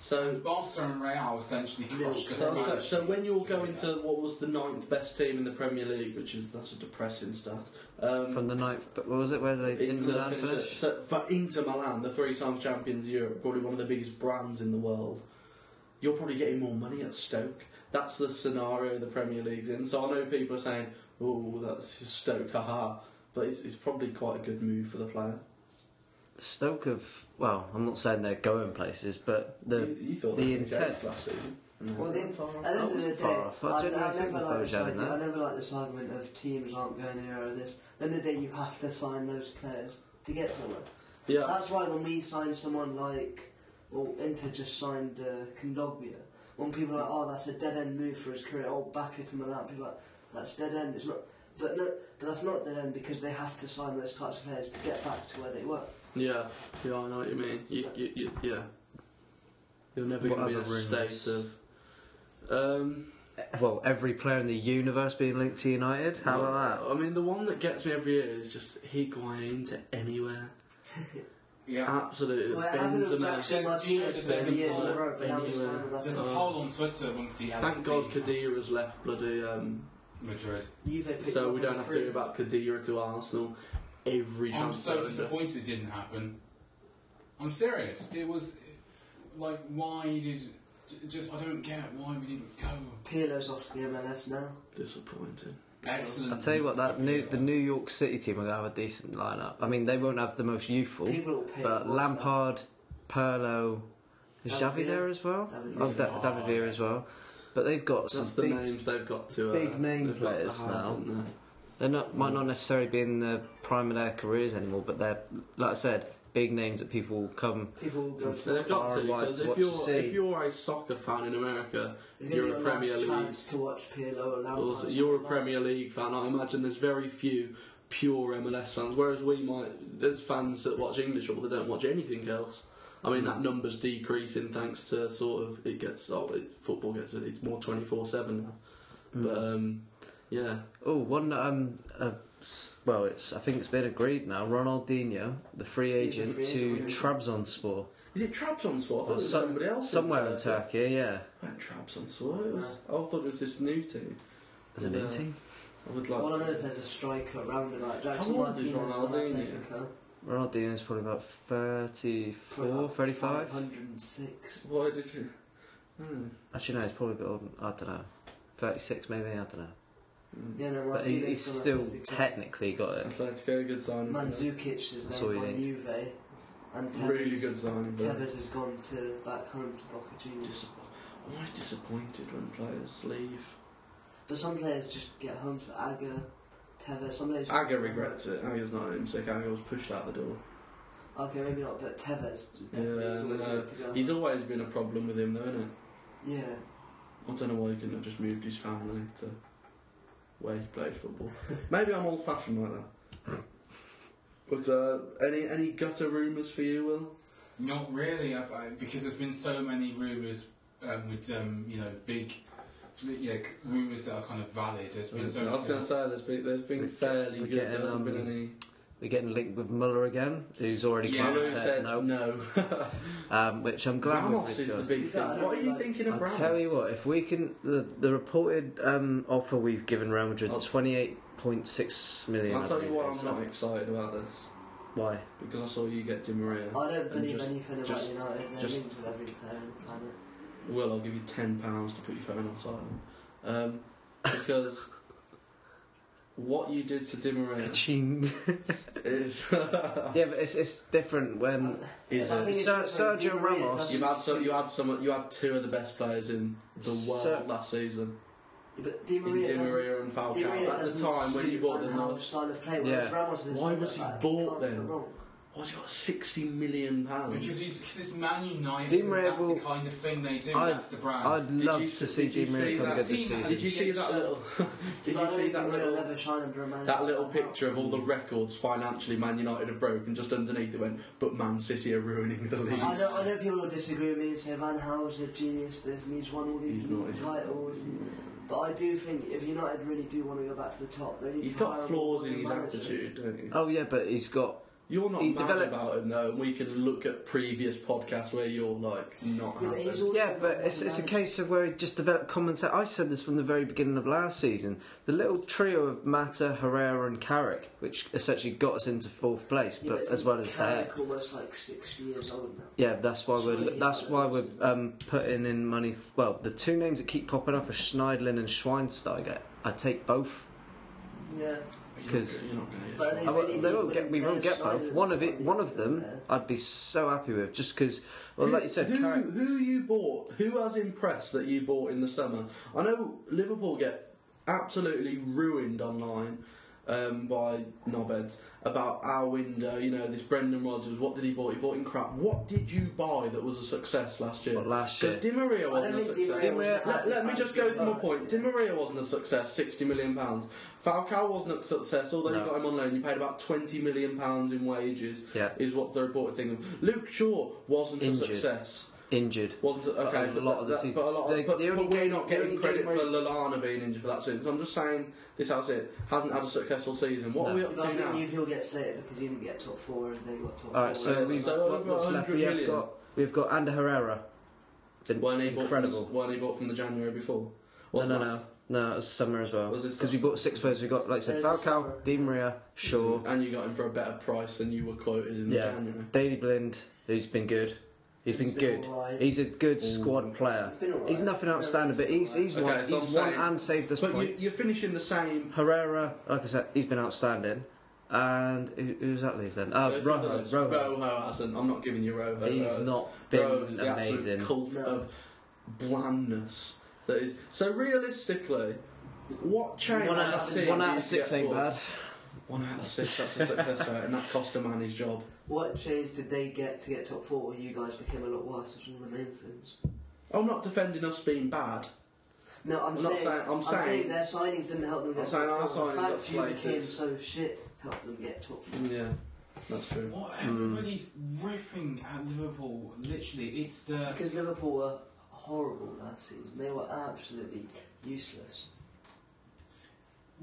A: So
C: Barca and Real essentially crushed the
A: So, so,
C: Spanish
A: so when you're
C: teams to do
A: going
C: that.
A: to what was the ninth best team in the Premier League, which is that's a depressing stat. Um,
B: From the ninth, but what was it? Where did they in
A: Inter
B: Milan
A: finished at-
B: finish?
A: So for Inter Milan, the three-time champions of Europe, probably one of the biggest brands in the world, you're probably getting more money at Stoke. That's the scenario the Premier League's in. So I know people are saying, "Oh, that's just Stoke, haha," but it's, it's probably quite a good move for the player.
B: Stoke of well, I'm not saying they're going places, but the
A: you, you thought
B: the
A: they were
B: intent-
A: joking last season.
D: Well, the- At the
B: That
D: end of
B: was
D: the
B: far
D: day,
B: off.
D: I,
B: I
D: I,
B: don't know if it
D: never
B: was
D: like
B: Bojan
D: this
B: in
D: argument,
B: that.
D: I never like this argument of teams aren't going here or this. At the end of the day, you have to sign those players to get somewhere.
A: yeah,
D: That's why when we sign someone like, well, Inter just signed uh, Kondogbia. When people are like, oh, that's a dead end move for his career. Oh, back it to Milan. People are like, that's dead end. It's not. But no, but that's not dead end because they have to sign those types of players to get back to where they were.
A: Uh, yeah, yeah. I know what you mean. You, you, you, yeah, you're never
B: What
A: going to be in a
B: other rumours?
A: state of. Um,
B: well, every player in the universe being linked to United. How about that?
A: I mean, the one that gets me every year is just Higuain to anywhere.
C: Yeah.
A: Absolutely.
D: Well, it happened with
A: Benzema.
D: Jackson Martinez for
A: Benzema,
D: three years in a row, but now we
A: Benzema.
D: signed
C: There's a
D: that.
A: Uh,
C: poll on Twitter once the
A: Thank
C: LFC
A: God Kadira's left bloody, um,
C: Madrid.
D: Juve picked
A: so
D: up
A: we
D: on
A: don't have to
D: three.
A: hear about Kadira to Arsenal every
C: I'm
A: transfer.
C: so
A: window.
C: disappointed it didn't happen. I'm serious. It was like why did j- just I don't get why we didn't go.
D: Pirlo's off the MLS now.
A: Disappointing.
C: Excellent.
B: I'll tell you what, that
C: for
B: new
C: Pirlo.
B: the New York City team are going to have a decent lineup. I mean, they won't have the most youthful,
D: People will pay. to
B: Oh, but
D: watch
B: Lampard, Perlo, is
D: David
B: Xavi
D: Villa.
B: there as well.
D: David
B: Oh,
D: Villa.
B: da- David Villa as well. But they've got some
A: That's the
B: big.
A: names they've got to. Uh,
B: big name
A: they've got to
B: players
A: have,
B: now.
A: haven't
B: They not might not necessarily be in the prime of their careers anymore, but they're like I said, big names that people will come.
D: that. People will go.
A: They? They've got
B: Far
A: to
B: and wide
A: because
B: to
A: if
B: watch to
A: you're
B: see.
A: if you're a soccer fan in America,
D: It's
A: you're
D: gonna
A: a
D: be
A: Premier
D: your last
A: League-
D: chance to watch Pirlo and Lampard.
A: Also, you're a Premier League fan. I imagine there's very few pure MLS fans, whereas we might. There's fans that watch English football that don't watch anything else. I mean, that number's decreasing thanks to sort of it gets oh, it, football gets it's more twenty four seven now.
D: Hmm.
A: But um, yeah,
B: Oh, one um, uh, s- well, it's I think it's been agreed now. Ronaldinho, the free
D: He's a
B: agent
D: free
B: to
D: agent.
B: Trabzonspor,
A: is it Trabzonspor? I thought it was
B: some-
A: somebody else.
B: somewhere in Turkey. Yeah,
A: Went Trabzonspor. It was, I thought it was this new team.
B: as a new
A: Yeah.
B: team.
A: I would
D: All I
A: like.
D: know is there's a striker round about Jackson
A: old is
D: Martinez. from
A: Ronaldinho?
D: Atletico.
B: Ronaldinho's probably about 34, 35.
D: 106.
A: Why did you? Hmm.
B: Actually, no, he's probably got, older- I don't know, 36 maybe, I don't know.
A: Hmm.
D: Yeah, no,
B: But he's,
D: Martinez
B: he's
D: from
B: still
D: Atletico.
B: technically got it.
A: Atletico, good signing.
D: Mandzukic is
B: That's
D: there
B: all you
D: by
B: need.
D: Juve. And Tevez,
A: Really good signing. but-
D: Tevez has gone to back home to Boca Juniors.
A: Dis- I'm always disappointed when players leave.
D: But some players just get home to Aga, Tevez. Some players.
A: Aga regrets it. Aga's not homesick. Aga was pushed out the door.
D: Okay, maybe not, but Tevez. definitely
A: Yeah,
D: is always
A: no.
D: good to go.
A: He's always been a problem with him, though, isn't it?
D: Yeah.
A: I don't know why he couldn't have just moved his family to where he played football. Maybe I'm old fashioned like that. But uh, any any gutter rumours for you, Will?
C: Not really, I've, I, because there's been so many rumours um, with um, you know big, you know, c- rumours that are kind of valid. There's
A: I
C: been
A: was
C: so
A: going to say there's been there's been
B: We're get-
A: fairly
B: we're
A: good.
B: getting,
A: there hasn't
B: um,
A: been any.
B: We're getting linked with Muller again, who's already
C: Yeah.
B: come out
A: Lou
B: and
C: Muller
A: said
B: said, no.
A: no.
B: Um, which I'm glad
A: Ramos
B: we've
A: is the
B: got.
A: big thing. What are you thinking of
B: I'll
A: Ramos?
B: tell you what, if we can, the, the reported um, offer we've given Real Madrid,
A: Oh.
B: 28.5 0.6 million.
A: I'll
B: I
A: tell you
B: believe
A: why
B: it is.
A: I'm not excited about this.
B: Why?
A: Because I saw you get Di Maria.
D: I don't believe
A: just-
D: anything
A: just-
D: about United. They're
A: just-
D: linked with every player on the planet.
A: Will, I'll give you ten pounds to put your phone on silent. Um, because what you did to Di Maria is
B: Yeah, but it's, it's different when
A: Um, is
D: I think
A: a,
D: it's
B: Ser-
D: different.
B: Sergio
D: Di Maria
B: Ramos-
D: doesn't-
A: you had some, you had some you had two of the best players in the world
B: Sir-
A: last season
D: But Di
A: in
D: Maria
A: Di
D: doesn't-
A: Maria and
D: Di Maria
A: Falcao. At the
D: doesn't
A: time when you
D: suit
A: bought
D: Van
A: them, I
D: Gaal's
A: was
D: style of play, whereas
B: Yeah.
D: Ramos is a
A: Why
D: centre
A: was he
D: back.
A: bought
D: Can't go
A: then?
D: wrong.
A: what's he got sixty million
C: Because
A: pounds?
C: he's, cause it's Man United.
B: Di
C: and
B: Maria
C: that's
B: will-
C: the kind of thing they do.
B: I'd-
C: that's the brand.
B: I'd love
A: you-
B: to see
A: did you
B: Di Maria
A: see that
B: something good this
C: team
B: season.
C: has-
A: Did you see that little? Did
D: But I
A: you
D: don't
A: see
D: think
A: that
D: Di Maria will
A: little?
D: ever shine under a man.
A: That little picture of all the records financially Man United have broken, just underneath it went, but Man City are ruining the league.
D: I know, I know people will disagree with me and say Van Gaal's a genius, there's, and he's won all these
A: He's not, he's-
D: titles. But I do think if United really do want to go back to the top, they need
A: He's
D: to hire
A: got
D: a
A: flaws
D: more
A: in his
D: manager.
A: attitude, don't you?
B: Oh yeah, but he's got.
A: You're not
B: He
A: mad
B: developed-
A: about him though, and we can look at previous podcasts where you're like not
D: Yeah, but
A: happy.
D: he's also
B: Yeah,
D: not
B: but
D: one
B: it's, it's a
D: man.
B: case of where he just developed common sense. I said this from the very beginning of last season. The little trio of Mata, Herrera, and Carrick, which essentially got us into fourth place,
D: Yeah,
B: but
D: it's
B: as well as
D: Carrick
B: there.
D: almost like 60 years old now.
B: Yeah, that's why
D: Surely
B: we're
D: he's
B: that's
D: not
B: why
D: the
B: we're
D: person.
B: um, putting in money. F- well, the two names that keep popping up are Schneidlin and Schweinsteiger. I take both
D: Yeah.
B: because
A: you're not going to
D: But
A: get.
D: they
B: I won't-
D: really
B: they
D: need
B: won't
D: one
B: get.
D: of
B: We
D: their
B: won't get
D: size
B: both.
D: and
B: One of it.
D: quality
B: One of
D: in
B: them.
D: there.
B: I'd be so happy with just because. Well, like you said,
A: who,
B: Carrick-
A: who you bought? Who has impressed that you bought in the summer? I know Liverpool get absolutely ruined online um, by knobheads about our window. You know this Brendan Rodgers. What did he bought? He bought in crap. What did you buy that was a success last year?
B: What, last year?
A: Because Di Maria wasn't a
D: think Di
A: success.
D: Maria was
A: Let-
D: happy
A: let, me
D: with
A: just go
D: that.
A: through my point. Di Maria wasn't a success. Sixty million pounds. Falcao wasn't a success. Although you
B: No.
A: got him on loan, you paid about twenty million pounds in wages.
B: Yeah.
A: is what the reported thing. of. Luke Shaw wasn't
B: Injured.
A: a success.
B: injured.
A: Wasn't a,
B: But
A: okay,
B: a
A: but
B: lot of the
A: that-
B: season-
A: But a lot.
B: the-
A: Of, but
B: the only
A: but we're
B: game-
A: not
B: the only
A: getting credit
B: game
A: for
B: where-
A: Lalana being injured for that season. So I'm just saying this has it hasn't had a successful season. What
B: No.
A: are we
D: But
A: up
D: I
A: to
D: think
A: now?
D: you Liverpool get slated because you didn't get top four and they got top
B: All right,
D: four.
B: so
A: So
B: we've
A: over
B: what, what's left.
A: 100
B: We have
A: million.
B: got we've got Ander Herrera. The-
A: Weren't he bought from the,
B: incredible.
A: weren't he bought from the January before?
B: No,
A: Wasn't
B: no,
A: that-
B: no, no. It was summer as well
A: Was this
B: because we
A: summer?
B: bought six players. We got like I said,
D: There's a summer.
B: Falcao, Di Maria, Shaw,
A: And you got him for a better price than you were quoted in
B: Yeah.
A: January.
B: Daily Blind. Who's been good?
D: He's
B: he's been,
D: been
B: good.
D: alright.
B: He's a good squad player.
D: He's been alright.
B: He's nothing outstanding, but he's he's
A: Okay,
B: won.
A: so
B: he's
A: I'm
B: won
A: saying-
B: and saved us
A: But you,
B: points.
A: you're finishing the same.
B: Herrera, like I said, he's been outstanding. And who, who's that leave then? Uh,
A: Go through the
B: Rojo.
A: list.
B: Rojo.
A: Rojo hasn't. I'm not giving you Rojo.
B: He's
A: Rojo's-
B: not
A: Bro,
B: been
A: the absolute
B: amazing.
A: cult
D: No.
A: of blandness that is. So realistically, what change?
B: One out,
A: has
B: of,
A: seen
B: one out of
A: these
B: six
A: get
B: ain't
A: bought?
B: bad.
A: One out of six. That's a success rate, and that cost a man his job.
D: What change did they get to get top four? You guys became a lot worse. That's one of the main things.
A: I'm not defending us being bad.
D: No, I'm,
A: I'm not
D: saying,
A: saying- I'm saying-
D: their signings didn't help them get
A: I'm saying our
D: top four.
A: signings
D: the
A: got
D: fact you
A: slated.
D: became so shit helped them get top four.
A: Yeah, that's true.
C: What everybody's ripping at Liverpool, literally, it's the
D: Because Liverpool were horrible last season. They were absolutely useless.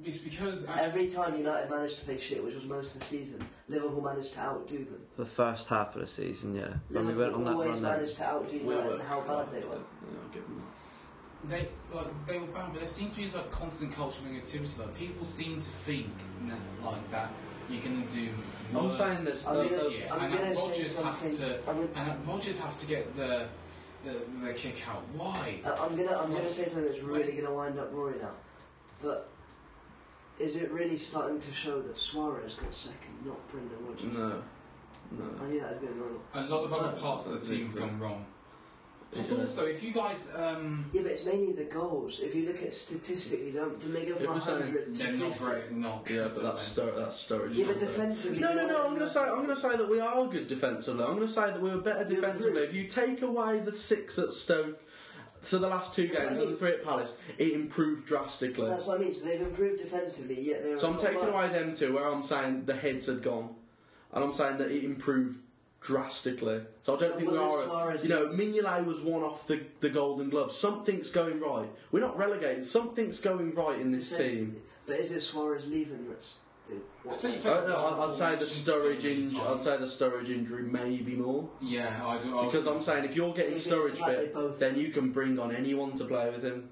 C: it's because actually,
D: Every time United managed to play shit, which was most of the season, Liverpool managed to outdo them.
B: The first half of the season, yeah. When we
D: Liverpool
B: went on that
D: always
B: run there.
D: managed to outdo
A: We
D: United
A: were-
D: and how bad they were.
A: Yeah, I'll give them that.
C: they like they were bad, but there seems to be this like constant cultural negativity. Like people seem to think na- like that you're going to do.
A: I'm
C: worse
A: saying this-
D: I'm
A: No,
D: gonna,
A: that's-
C: year,
D: I'm
C: and
D: gonna
C: that
D: say
C: Rogers has
D: something.
C: to,
D: I'm gonna-
C: and that Uh, Rogers has to get the the, the kick out. Why?
D: I- uh, I'm gonna I'm gonna say something that's really gonna wind up Rory now, but is it really starting to show that Suarez got second, not Brendan Rodgers?
A: No, no.
D: I knew that was going wrong.
C: A lot of other parts of the team have gone wrong. Just also, if you guys, um,
D: Yeah, but it's mainly the goals. If you look at statistically, don't did they go from
A: If we're saying
D: 100 to
C: they're not
D: 50?
C: very not
A: Yeah,
C: good
A: but that's
C: defense.
A: sto- that's storage.
D: Yeah, but defensively.
A: No, no, no. I'm going to say I'm going to say that we are good defensively. I'm going to say that we were better
D: Yeah,
A: defensively.
D: agree.
A: If you take away the six at Stoke, so the last two games and the three at Palace, it improved drastically.
D: That's what I mean. So they've improved defensively, yet they're.
A: So I'm
D: not
A: taking away
D: much.
A: them two, where I'm saying the heads had gone, and I'm saying that it improved drastically. So I don't think we
D: Wasn't
A: are.
D: Suarez-
A: You know, Mignolet was one off the, the Golden Glove. Something's going right. We're not relegated. Something's going right in this team.
D: Defensively. But is it Suarez leaving that's?
C: I think-
A: I don't know, I'd, I'd say the storage injury. I'd say the storage injury maybe more.
C: Yeah, I do. I was-
A: Because I'm saying if you're getting
D: If it's
A: storage
D: like they
A: fit,
D: both-
A: then you can bring on anyone to play with him.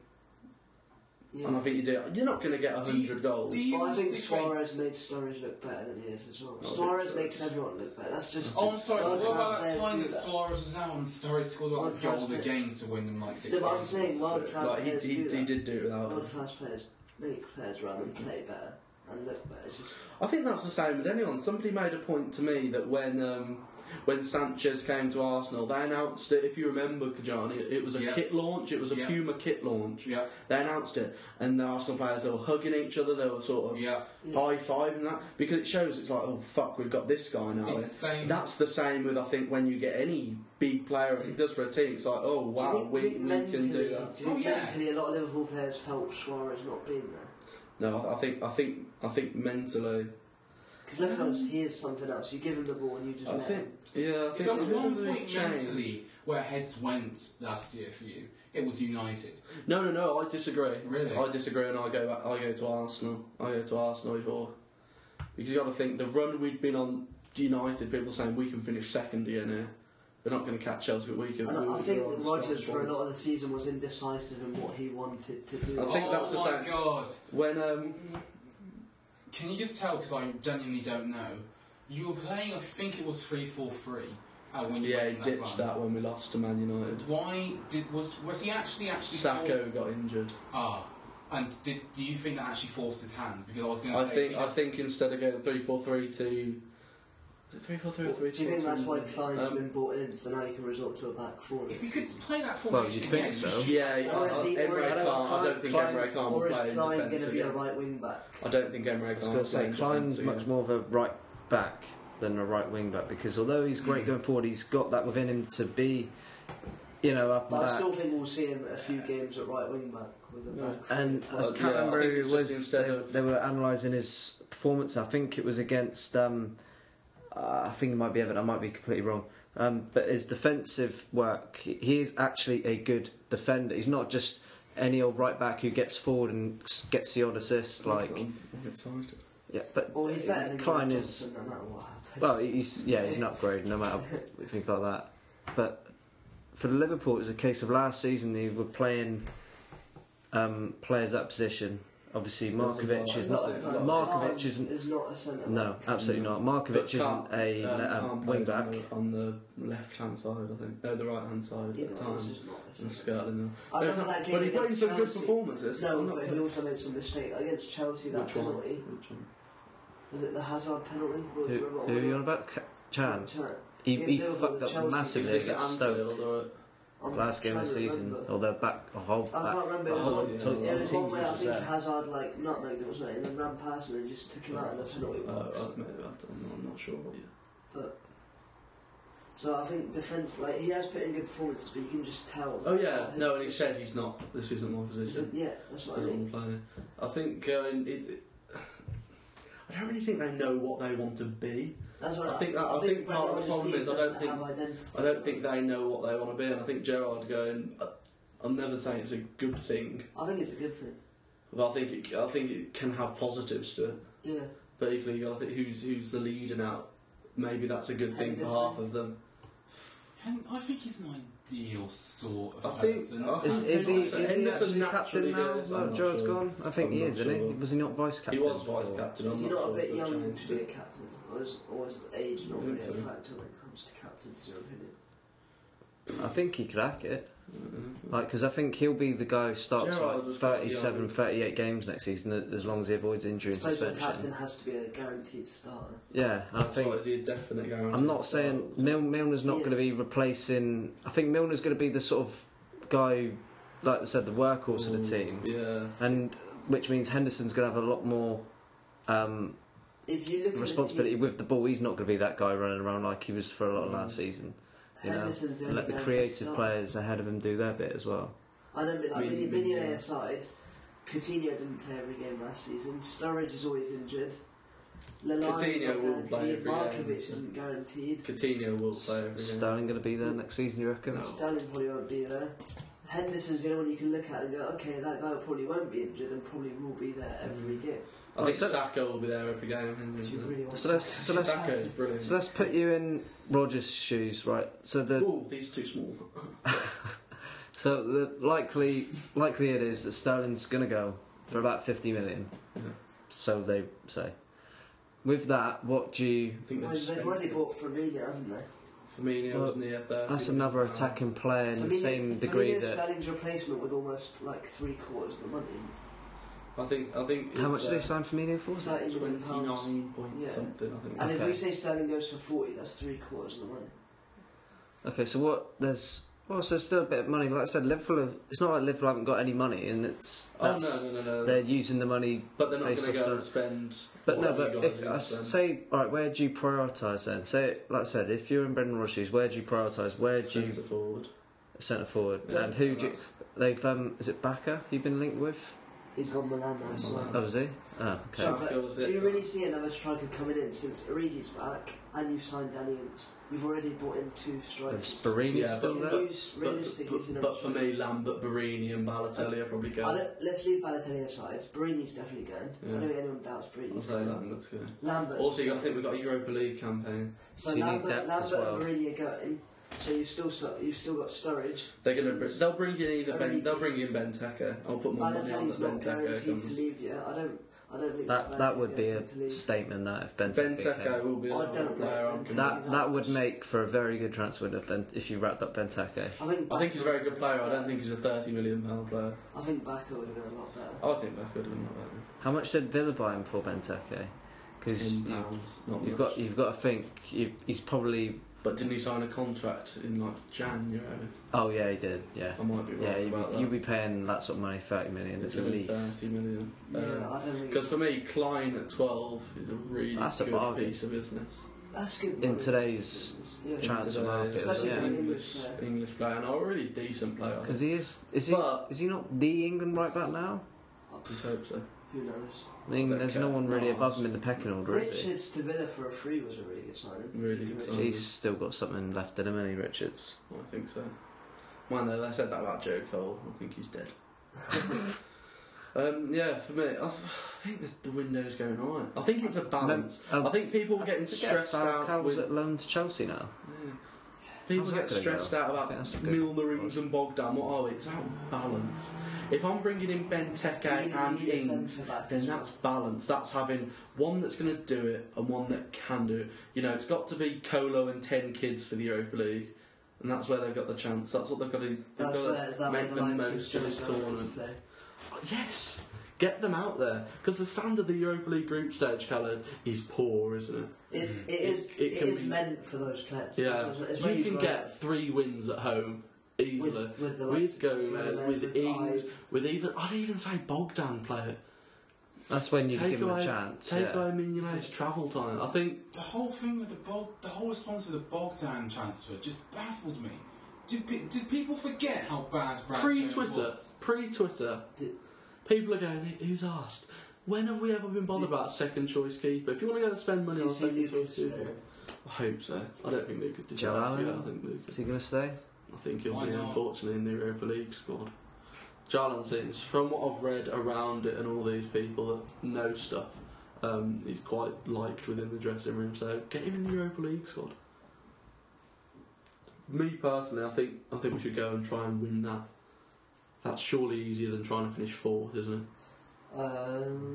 D: Yeah.
A: And I think you do. You're not going to get
C: Do
A: 100
C: you-
A: goals.
C: Do you
D: Well, I think
C: honestly think?
D: Suarez made Suarez look better than he is as well.
A: Oh,
D: Suarez
A: Suarez.
D: makes everyone look better. That's just.
C: Oh, I'm sorry. So
D: World
C: what
D: Cup
C: about that
D: players
C: time
D: do
C: that Suarez was out and Suarez scored like a
D: World Cup
C: goal
D: players.
C: again to win them like six?
D: Yeah, but I'm
C: games?
D: saying world
A: But,
D: class
A: like, he,
D: players
A: he,
D: do
A: he
D: that.
A: did do it without
D: World
A: them.
D: class players make players rather than play better and look better. It's just
A: I think that's the same with anyone. Somebody made a point to me that when um, when Sanchez came to Arsenal, they announced it. If you remember, John, it, it was a
C: Yeah.
A: kit launch. It was a
C: Yeah.
A: Puma kit launch.
C: Yeah,
A: They announced it, and the Arsenal players they were hugging each other. They were sort of
C: yeah.
D: Yeah.
A: high five and that because it shows it's like, oh fuck, we've got this guy now.
C: It's the same.
A: That's the same with I think when you get any big player, if it does for a team, it's like, oh
D: Do
A: wow,
D: you think-
A: we,
D: do
A: we
D: you think
A: can do
D: mentally-
A: that.
D: do you think
C: Oh, yeah.
D: Mentally, a lot of Liverpool players felt Suarez not being there
A: No, I, I think I think I think mentally,
D: because they felt he is something else. You give him the ball and you just.
A: I
D: let
A: think
D: him.
A: yeah, I
C: If
A: think
C: there was
A: it's
C: one
A: really
C: point
A: changed.
C: mentally where heads went last year for you, it was United.
A: No, no, no. I disagree.
C: Really?
A: I disagree, and I go back, I go to Arsenal. I go to Arsenal before because you got to think the run we'd been on. United people saying we can finish second again here. We're not going to catch Chelsea, but we can.
D: And
A: we
D: I, I
A: will
D: think
A: go on
D: that
A: to
D: Rodgers
A: score
D: for a
A: points."
D: lot of the season was indecisive in what he wanted to do.
A: I think
C: oh
A: that's the
C: my
A: same.
C: god!
A: When um,
C: Can you just tell? Because I genuinely don't know. You were playing. I think it was three four three. Uh, when you
A: Yeah,
C: went
A: he
C: on
A: ditched
C: run.
A: that when we lost to Man United.
C: Why did was was he actually actually
A: Sacco
C: forced-
A: got injured.
C: Ah, and did do you think that actually forced his hand? Because I was going to
A: I
C: say
A: think I think instead of going three four three to is it three four three or three
D: Do you think that's why Klein's
A: Um,
D: been brought in, so now you can resort to a back four?
C: if you could play that formation
B: you'd think
C: again, you
B: so.
C: should-
A: Yeah, yeah.
D: Or is he- or
A: Emre
D: is
A: Can. I don't think
B: Klein-
A: Emre Can will
D: or is
A: play
D: Klein
A: in
D: going
A: defence
D: to be a
A: again.
D: right wing back?
A: I don't think Emre
B: I was
A: Can
B: going
A: will
B: to
A: play
B: say
A: in
B: Klein's
A: defence again.
B: much more of a right back than a right wing back because although he's great
C: Mm.
B: going forward, he's got that within him to be, you know, up and
D: But I
B: back.
D: still think we'll see him a few games at right wing back with a
A: Yeah.
D: back.
B: And I
A: Uh,
B: can't
A: yeah, I
B: remember
A: think
B: who it
A: it's just
B: was.
A: instead
B: They,
A: of-
B: they were analysing his performance. I think it was against. Um, uh, I think it might be Everton. I might be completely wrong. Um, but his defensive work, he- he is actually a good defender. He's not just any old right back who gets forward and s- gets the odd assist. Like,
A: um,
B: yeah, but
D: Well, he's better than
B: Klein
D: Glenn
B: is.
D: Johnson, no matter what happens.
B: Well, he's yeah, he's an upgrade no matter what we think about that. But for Liverpool, it was a case of last season they were playing um, players at position. Obviously, Markovic is not
A: There's a lot of-
B: Markovic isn't
D: is not a centre.
B: no, absolutely
D: Mm.
B: not. Markovic isn't
A: But
B: a
A: Can- um,
B: um,
A: Can
B: wing
A: played
B: back.
A: on the- on the left hand side, I think. No, the right hand side
D: Yeah,
A: at the
D: this
A: time.
D: is not a
A: And
D: centre.
A: Skirtling.
D: I remember that game
A: But he played
D: against
A: some good
D: Chelsea.
A: performances.
D: No,
A: I'm not-
D: but he also made some mistake against Chelsea. That
A: Which one?
D: penalty
A: Which one?
D: was it the Hazard penalty?
B: Who, who are you on about? Ca- Chan. He,
D: Yeah,
B: he
D: Liverpool
B: fucked
D: and
B: up
D: Chelsea.
A: Is
D: Is
B: massively
A: this at
B: against Stoke
A: Anfield or at-
D: I'm
B: last game of the
D: trying to
B: season,
D: remember.
B: or their back, a whole
D: I
B: back.
D: can't remember. It was,
A: Oh,
D: one,
A: yeah.
D: it was one where I
B: Teams
D: think
B: was
D: Hazard like nutmegged him or something, and then ran past him and just took him out in the penalty box.
A: Uh, maybe I don't know, I'm not sure. What you...
D: So I think defence, like he has put in good performances, but you can just tell.
A: Oh yeah, no, and he said he's not. This isn't my
D: It's a-
A: position.
D: Yeah, that's what I
A: As
D: mean.
A: I'm playing, I think uh, it, it, I don't really think they know what they want to be.
D: That's what
A: I think that- I think
D: when
A: part of the
D: Rodgers'
A: problem
D: team
A: is I
D: doesn't
A: don't think-
D: have identity.
A: I don't think they know what they want to be, and I think Gerard going. "Uh, I'm never saying it's a good thing,
D: I think it's a good thing.
A: but I think it, I think it can have positives to it.
D: Yeah.
A: But equally, I think who's who's the leader now? Maybe that's a good thing for half of them.
C: And I think he's an ideal sort of
A: I think- uh,
C: person.
A: I
B: Is,
A: think-
B: is he, is he
A: Henderson
B: actually
A: naturally
B: captain now?
A: is,
B: now
A: I'm not
B: Gerald's
A: sure.
B: gone? I think
A: I'm
B: he
A: not
B: is, isn't he?
A: sure.
B: Was he not vice captain?
A: He was vice
B: before?
A: captain. I'm
D: Is he not a
A: sure if
D: bit
A: they
D: young
A: changed
D: to be a
A: it.
D: captain? Or is, or is age not
A: I
D: really
A: think
D: a
A: so.
D: factor when it comes to captaincy, in your opinion?
B: I think he could hack it.
A: Mhm.
B: Like, because I think he'll be the guy who starts
A: Gerrard
B: like
A: was quite
B: 37,
A: young.
B: 38 games next season a- as long as he avoids injury and
D: Suppose your captain
B: suspension.
D: has to be a guaranteed starter.
B: Yeah, and I
A: That's
B: think
A: why is he a definite guarantee?
B: I'm not saying Mil- Milner's not
D: He
B: going to be
D: is.
B: replacing. I think Milner's going to be the sort of guy, who, like I said, the workhorse of the
A: Mm,
B: team,
A: Yeah.
B: and which means Henderson's going to have a lot more um,
D: If you look
B: responsibility
D: at
B: with the ball. He's not going to be that guy running around like he was for a lot of
A: Mm.
B: last season.
D: the
B: you
D: team,
B: know,
D: Henderson's
B: And
D: only
B: let the
D: guaranteed
B: creative
D: starter.
B: players ahead of him do their bit as well.
D: I don't mean, like,
A: Min-
D: Min-
A: Min-
D: Mignolet
A: yeah.
D: aside, Coutinho didn't play every game last season. Sturridge is always injured. Lallana's
A: Coutinho
D: not
A: will
D: guaranteed.
A: play every game.
D: Markovic isn't guaranteed.
A: Coutinho will play every game.
B: Sterling going to be there next season, you reckon?
D: Sterling probably won't be there. Henderson's the only one you can look at and go, okay, that guy probably won't be injured and probably will be there every game.
A: I think
B: So-
A: Saka will be there every game.
D: Do you
A: isn't
D: really want
B: So let's- so
A: he?
B: let's-
A: Saka is brilliant.
B: So let's put you in Rogers' shoes, right? So the
A: Ooh, these too small.
B: So the likely likely it is that Sterling's going to go for about 50 million.
A: Yeah.
B: So they say. With that, what do you?
A: I think
D: Well,
A: they've
D: they've
A: spent-
D: already bought Firmino, haven't they?
A: Firmino
B: Well,
A: was near 30.
B: That's another attacking player in the
D: Firmino-
B: same degree
D: Firmino's
B: that.
D: Sterling's replacement with almost like three quarters of the money.
A: I think. I think.
B: How much
A: it's,
B: did they
A: uh,
B: sign Firmino for?
D: Was that in million pounds?
A: Twenty-nine point
D: Yeah.
A: something. I think.
D: And if we
B: Okay.
D: say Sterling goes for 40, that's three quarters of the money.
B: Okay, so what? There's well, so there's still a bit of money. Like I said, Liverpool. Have, it's not like Liverpool haven't got any money, and it's
A: Oh
B: that's-
A: no, no, no,
B: they're
A: no.
B: using the money.
A: But they're not
B: based
A: going to
B: off
A: go and
B: the-
A: spend.
B: But
A: what
B: no,
A: you
B: but
A: guys
B: if
A: think
B: I
A: spend.
B: say, all right, where do you prioritise then? Say, like I said, if you're in Brendan Rodgers' shoes, where do you prioritise? Where do
A: Centre
B: you
A: forward.
B: centre forward?
A: Yeah,
B: and who do you,
A: that's-
B: they've um? Is it Backer you've been linked with?
D: He's gone Milano. So.
A: Milano.
B: Oh, is he? Oh, okay.
D: So,
A: That
D: but
A: goes
D: do
A: it.
D: you really see another striker coming in since Origi's back and you've signed Danny Ings? You've already brought in two strikers.
B: Is Barini
A: Yeah,
B: still
D: You
A: but-
B: there?
D: can use realistic
A: but, but, but for me, Lambert, Barini, and Balotelli are probably
D: I
A: going.
D: don't, let's leave Balotelli aside. Brini's definitely going. I don't
A: Yeah.
D: think anyone doubts
A: I'll
D: Brini's
A: say Lambert's going.
D: Lambert's
A: Also, you got to think
D: going.
A: we've got a Europa League campaign.
D: So,
B: So you need
D: Lambert,
B: depth
D: Lambert
B: as well.
D: and Barini are going. So you've still, stu- you've still got Sturridge.
A: They're gonna br- they'll bring in either Ben
D: Already-
A: they'll bring in Benteke. I'll put my money on
D: Balotelli's
A: that
D: not
A: Benteke
D: guaranteed to
A: comes.
D: leave yet. I don't, I don't think
B: That that would
D: Balotelli's
B: be
D: guaranteed to
B: a
D: leave.
B: statement that if Benteke.
A: Benteke
B: came.
A: will be
D: I
A: another
D: don't
A: player.
D: like
A: I'm
D: Benteke.
A: convinced.
B: That that would make for a very good transfer if, Ben- if you wrapped up Benteke.
D: I think,
A: I think he's a very good player. I don't
D: Bacca-
A: think he's a thirty million pound player.
D: I think Backer would have been a lot better.
A: I think that could have been that
B: How much did Villa buy him for Benteke?
A: better.
B: Because
A: Ten pounds, not
B: you've
A: much.
B: got you've got to think you, he's probably.
A: But didn't he sign a contract in like January?
B: Oh yeah, he did. Yeah,
A: I might be wrong
B: yeah.
A: about
B: You'd,
A: that.
B: you'd be paying that sort of money, thirty million
A: it's
B: at
A: gonna be
B: least.
A: thirty million.
D: Yeah, I don't think.
A: Because Um, for me, Klein at twelve is a really
B: That's a
A: good
B: bargain.
A: piece of business.
D: That's good.
B: in
D: money.
B: today's
D: yeah.
B: tra- Transfer
A: Today,
B: market,
A: especially
D: yeah.
A: for an English
D: Yeah.
A: English player and a really decent player. I
B: Because
A: think.
B: he is is he
A: But-
B: is he not the England right back now?
A: Just hope so.
D: Who knows?
B: I mean,
A: Don't
B: there's
A: care.
B: no one really
A: No,
B: above
A: it's-
B: him in the pecking order, is he?
D: Richards to Villa for a free was a really good signing.
A: Really good signing.
B: He's still got something left in him, isn't he, Richards?
A: I think so. Man, though, they said that about Joe Cole. I think he's dead. um, yeah, for me, I, I think the, the window's going all right. I think it's a balance.
B: Um,
A: I think people
B: I
A: getting
B: forget
A: stressed
B: if Falcao
A: out
B: was
A: with.
B: at loan to Chelsea now.
A: yeah. People
B: How's
A: get
B: that gonna
A: stressed out
B: I think that's
A: about
B: good.
A: Milnerings and Bogdan. What are we? It's about balance. If I'm bringing in Benteke and
D: need a
A: Ings,
D: centre-back.
A: then that's balance. That's having one that's going to do it and one that can do it. You know, it's got to be Colo and 10 kids for the Europa League, and that's where they've got the chance. That's what they've got to, they've
D: That's where
A: got
D: it's
A: to
D: that
A: make
D: where
A: the
D: likes
A: most of this
D: Joe Gomez
A: tournament.
D: play.
A: Yes! Get them out there. Because the standard of the Europa League group stage, Khaled, is poor, isn't it?
D: It, it
A: It-
D: is
A: it
D: it
A: can
D: is
A: be-
D: meant for those players.
A: Mm. Yeah.
D: It's- it's where
A: You can
D: grow
A: get three wins at home easily.
D: with, with the
A: With Gomez,
D: Gomez,
A: with
D: with
A: Ings,
D: Ives.
A: with even I'd even say Bogdan play it.
B: That's when you
A: Take
B: give him
A: away-
B: a chance.
A: Take
B: yeah.
A: away Mignonet's travel time. I think
C: The whole thing with the bog, the whole response to the Bogdan transfer just baffled me. Did, pe- did people forget how bad Brad
A: pre
C: Jones
A: Twitter,
C: was?
A: pre Twitter,
D: Did-
A: people are going. Who's asked? When have we ever been bothered about second choice keeper? If you want to go and spend money
D: Do you
A: on
D: see
A: second choice
D: Lucas
A: keeper, I hope so. I don't think Lucas
B: Joe
A: deserves to.
B: Allen?
A: go, I think Lucas.
B: Is he going to stay?
A: I think he'll
C: Why
A: be
C: not?
A: unfortunately in the Europa League squad. Jarlan seems, from what I've read around it and all these people that know stuff, um, he's quite liked within the dressing room. So get him in the Europa League squad. Me personally, I think I think we should go and try and win that. That's surely easier than trying to finish fourth, isn't
D: Um,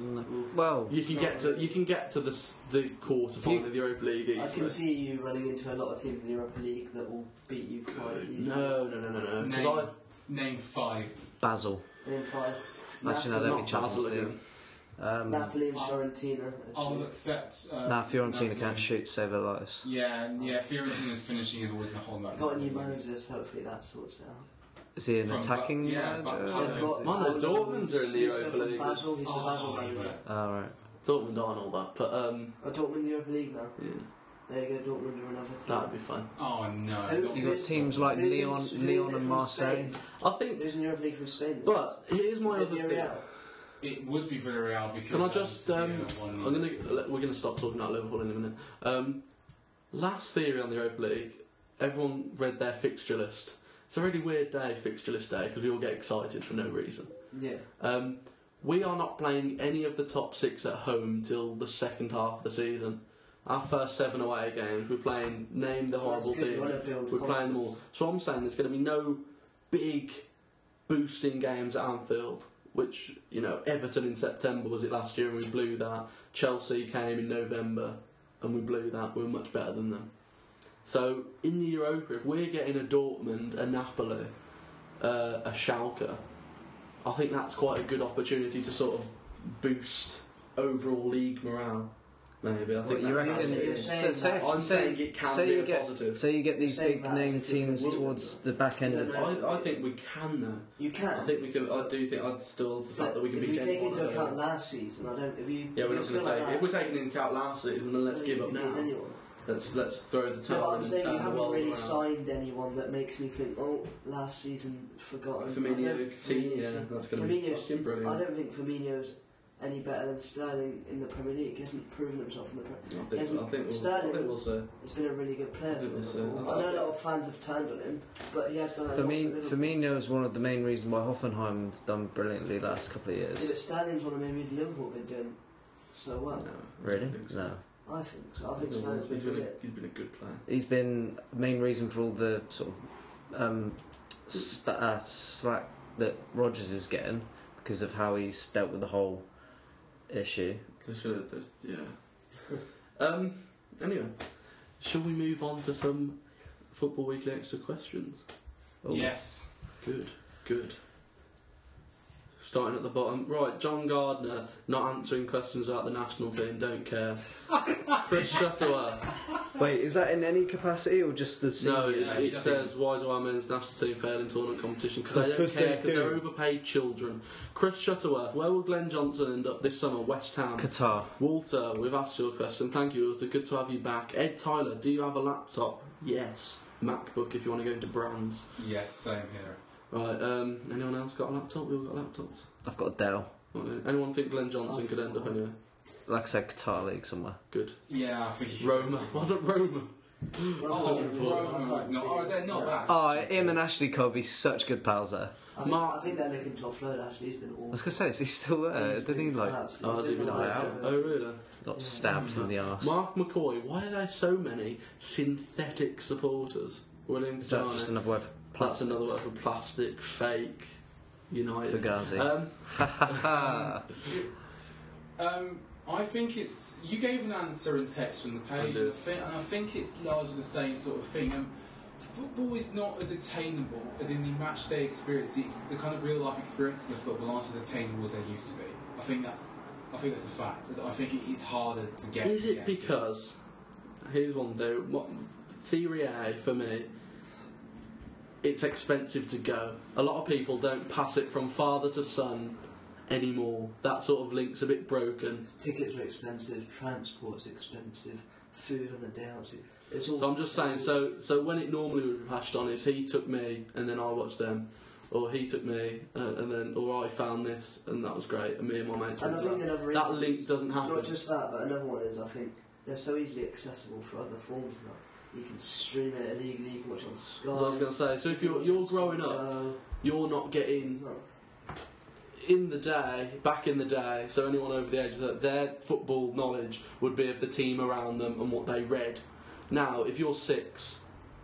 B: Mm, Well,
A: it? You can get to you can get to the s- the quarter final of the Europa League.
D: I can
A: Easily.
D: see you running into a lot of teams in the Europa League that will beat you quite easily.
A: No, no, no, no, no. 'cause
C: Name,
A: I-
C: name five.
B: Basil.
D: In five.
B: Actually, no,
A: Not
B: they'll be Champions
A: Basel again.
B: League. Um, now
D: Napoli and
C: I'll-
D: Fiorentina.
C: I'll
A: Oh,
D: actually.
C: accept. Uh,
B: Fiorentina
C: Napoli.
B: can't shoot, save their lives.
C: Yeah, and yeah. Fiorentina's finishing is always the whole lot.
D: Got a new manager, so hopefully that sorts it out.
B: Is he an
C: From
B: attacking
C: Ba- yeah,
B: manager?
C: Ba-
D: I've got-
A: Oh, Man, the Dortmund are in the
D: Suso
A: Europa
D: from
A: League.
D: Basel, he's the Basel
C: Oh,
D: manager.
B: All Ah, right.
A: Dortmund aren't all that, but um,
D: Are Dortmund in the Europa League now?
A: yeah,
D: There you go, Dortmund are another team.
A: that'd be fun.
C: oh no.
D: Who-
C: not
B: You got
D: Who's-
B: teams like
D: who's in-
B: Leon,
D: who's in
B: Leon and
D: from
B: Marseille.
D: Spain?
A: I think,
D: Who's in the Europa League from Spain? this
A: but here's
D: season?
A: my
D: Is it
A: other thing.
D: Villarreal?
C: It would be Villarreal because.
A: Can I just? Um,
C: Villa won
A: I'm
C: the-
A: gonna. We're gonna stop talking about Liverpool in a minute. Um, last theory on the Europa League. Everyone read their fixture list. It's a really weird day, fixture list day, because we all get excited for no reason.
D: Yeah.
A: Um, we are not playing any of the top six at home till the second half of the season. Our first seven away games, we're playing name the
D: That's
A: horrible
D: good,
A: team.
D: wanna build
A: We're playing them all.
D: confidence.
A: So I'm saying there's going to be no big boosting games at Anfield, which, you know, Everton in September was it last year and we blew that. Chelsea came in November and we blew that. We were much better than them. So in the Europa, if we're getting a Dortmund, a Napoli, uh, a Schalke, I think that's quite a good opportunity to sort of boost overall league morale. Maybe I think
B: you
A: that-
B: reckon?
D: You're
B: So,
D: saying
B: so
D: that.
B: if-
A: I'm
B: so-
A: saying it can
B: so
A: be
B: you
A: a
B: get,
A: positive.
B: So you get these
D: Saying
B: big
D: that is
B: name
D: a good
B: teams
D: rule,
B: towards the back end of.
D: Yeah,
A: I, I think we can though.
D: You can.
A: I think we can. I do think I'd still the fact that we can
D: if
A: be
D: you take
A: genuine.
D: into account
A: though.
D: last season, I don't. If you
A: Yeah,
D: if
A: we're
D: it's
A: not going
D: still
A: to
D: like
A: take. If
D: that,
A: we're taking into account last season, then let's
D: then
A: give
D: you
A: up
D: can beat
A: now.
D: anyone.
A: Let's let's throw the
D: No,
A: towel
D: I'm
A: in and
D: saying you
A: turn the
D: haven't
A: world
D: really
A: around.
D: signed anyone that makes me think, oh, last season forgotten. I
A: Firmino,
D: don't-
A: Coutinho, yeah,
D: Firmino's-
A: that's going to be
D: Firmino's-
A: fucking
D: I
A: brilliant.
D: don't think Firmino's any better than Sterling in the Premier League. He hasn't proven himself in the Premier
A: I think, I think, we'll, I
D: Sterling-
A: think we'll see.
D: He's been a really good player.
A: I think
D: for
A: that's it.
D: Liverpool.
A: I-
D: I know a lot of fans have turned on him, but he has done a lot
B: For me,
D: Liverpool.
B: for me, no is one of the main reasons why Hoffenheim have done brilliantly last couple of
D: Yeah,
B: years.
D: but Sterling's one of the main reasons Liverpool have been doing so well.
B: Really?
A: No.
B: No.
D: I think so. I
A: I don't think
D: think
A: so. He's
D: Sterling's
A: been
D: been
A: a,
D: brilliant.
A: he's been a good player.
B: He's been main reason for all the sort of um, sta uh, slack that Rogers is getting because of how he's dealt with the whole issue.
A: They should have, they, yeah. um, anyway, shall we move on to some Football Weekly Extra questions?
B: Oh,
C: Yes.
A: Good, good. Starting at the bottom. Right, John Gardner not answering questions about the national team, don't care. Chris Shuttleworth.
B: Wait, is that in any capacity or just the
A: No,
B: senior?
A: it,
C: Yeah,
A: it
C: he's
A: says why do our men's national team fail in tournament competition because they don't
B: 'Cause
A: care
B: they
A: 'cause they're
B: do.
A: overpaid children. Chris Shuttleworth, where will Glenn Johnson end up this summer? West Ham.
B: Qatar.
A: Walter, we've asked you a question. Thank you, Walter. Good to have you back. Ed Tyler, do you have a laptop? Yes. MacBook if you want to go into brands.
C: Yes, same here.
A: Right. Um, anyone else got a laptop? We all got laptops.
B: I've got Dell.
A: Right, Anyone think Glenn Johnson could end up anywhere?
B: Like I said, Qatar League somewhere.
A: Good.
C: Yeah, I think you-
A: Roma. Wasn't Roma?
C: Oh,
A: Oh,
C: Roma. No, oh, they're not that.
B: Oh, him and Ashley Cole be such good pals there.
D: I think,
A: Mark-
D: I think they're looking to offload. Actually, he's been
B: I
D: awful.
B: was gonna say, is he still there?
D: He's
B: Did he
D: been
B: like
D: collapsed.
A: Oh,
D: He's
A: has he
D: been
A: been
D: on
B: die
D: the
B: out?
D: terrace.
A: Oh, really?
B: got stabbed in the arse?
A: Mark McCoy, why are there so many synthetic supporters? William
B: Is that
A: Cassano.
B: just another word for
A: That's
B: plastics?
A: another word for plastic, fake, United.
B: Fugazi.
A: Um,
B: Ha.
C: Um, I think it's. You gave an answer in text on the
A: I
C: page,
A: did.
C: and I, think, and I think it's largely the same sort of thing. Um, football is not as attainable as in the match day experience. The, the kind of real life experiences of football aren't as attainable as they used to be. I think that's. I think that's a fact. I I think it is harder to get.
A: is
C: to
A: it
C: get.
A: because? Here's one theory. What, theory A for me. It's expensive to go. A lot of people don't pass it from father to son anymore. That sort of link's a bit broken.
D: Tickets are expensive. Transport's expensive. Food on the day out's It's all.
A: So I'm just saying. So so when it normally would be passed on, it's he took me and then I watched them, or he took me uh, and then or I found this and that was great and me and my mates.
D: And
A: Went
D: I
A: to
D: think
A: that.
D: another reason
A: that link
D: is-
A: doesn't
D: Not
A: happen.
D: just that, but another one is I think they're so easily accessible for other forms now. You can stream it illegally. You can watch it on Sky. Uh,
A: As I was going to say. So if you're you're growing up,
D: No,
A: you're not getting
D: no.
A: in the day back in the day. So anyone over the age of that, their football knowledge would be of the team around them and what they read. Now, if you're six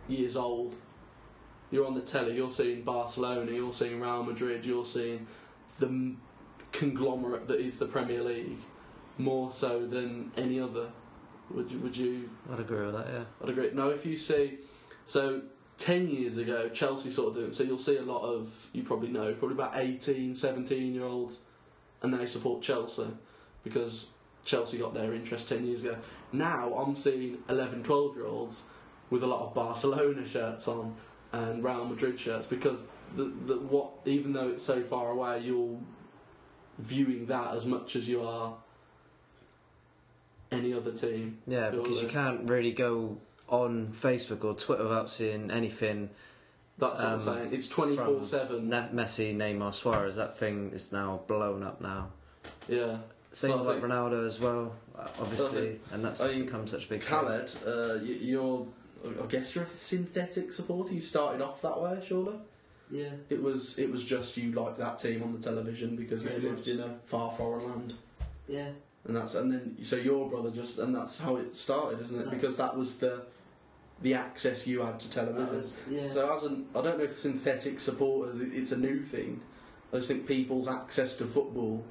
A: years old, you're on the telly. You're seeing Barcelona. You're seeing Real Madrid. You're seeing the m- conglomerate that is the Premier League more so than any other. Would you, would you
B: I'd agree with that. Yeah.
A: I'd agree. Now, if you see, so 10 years ago, Chelsea sort of doing, so you'll see a lot of, you probably know, probably about 18, 17 year olds, and they support Chelsea because Chelsea got their interest 10 years ago. Now, I'm seeing 11, 12 year olds with a lot of Barcelona shirts on and Real Madrid shirts because the, the, what, even though it's so far away, you're viewing that as much as you are any other team.
B: Yeah,
A: Feel
B: because you
A: like-
B: can't really go on Facebook or Twitter without seeing anything.
A: That's
B: Um,
A: what I'm saying. It's 24 7.
B: That Messi, Neymar, Suarez, that thing is now blown up now.
A: Yeah.
B: Same
A: Well, I
B: like
A: think-
B: Ronaldo as well, uh, obviously, and that's
A: I think
B: become such a big. thing.
A: Khaled, uh, y- you're. I guess you're a synthetic supporter. You started off that way, surely.
D: Yeah.
A: It was it was just you liked that team on the television because they
D: Pretty
A: lived in a far foreign land,
D: Yeah.
A: and that's and then so your brother just and that's how it started, isn't it?
D: Nice.
A: Because that was the the access you had to television.
D: yeah.
A: So as an, I don't know if synthetic supporters, it- it's a new thing. I just think people's access to football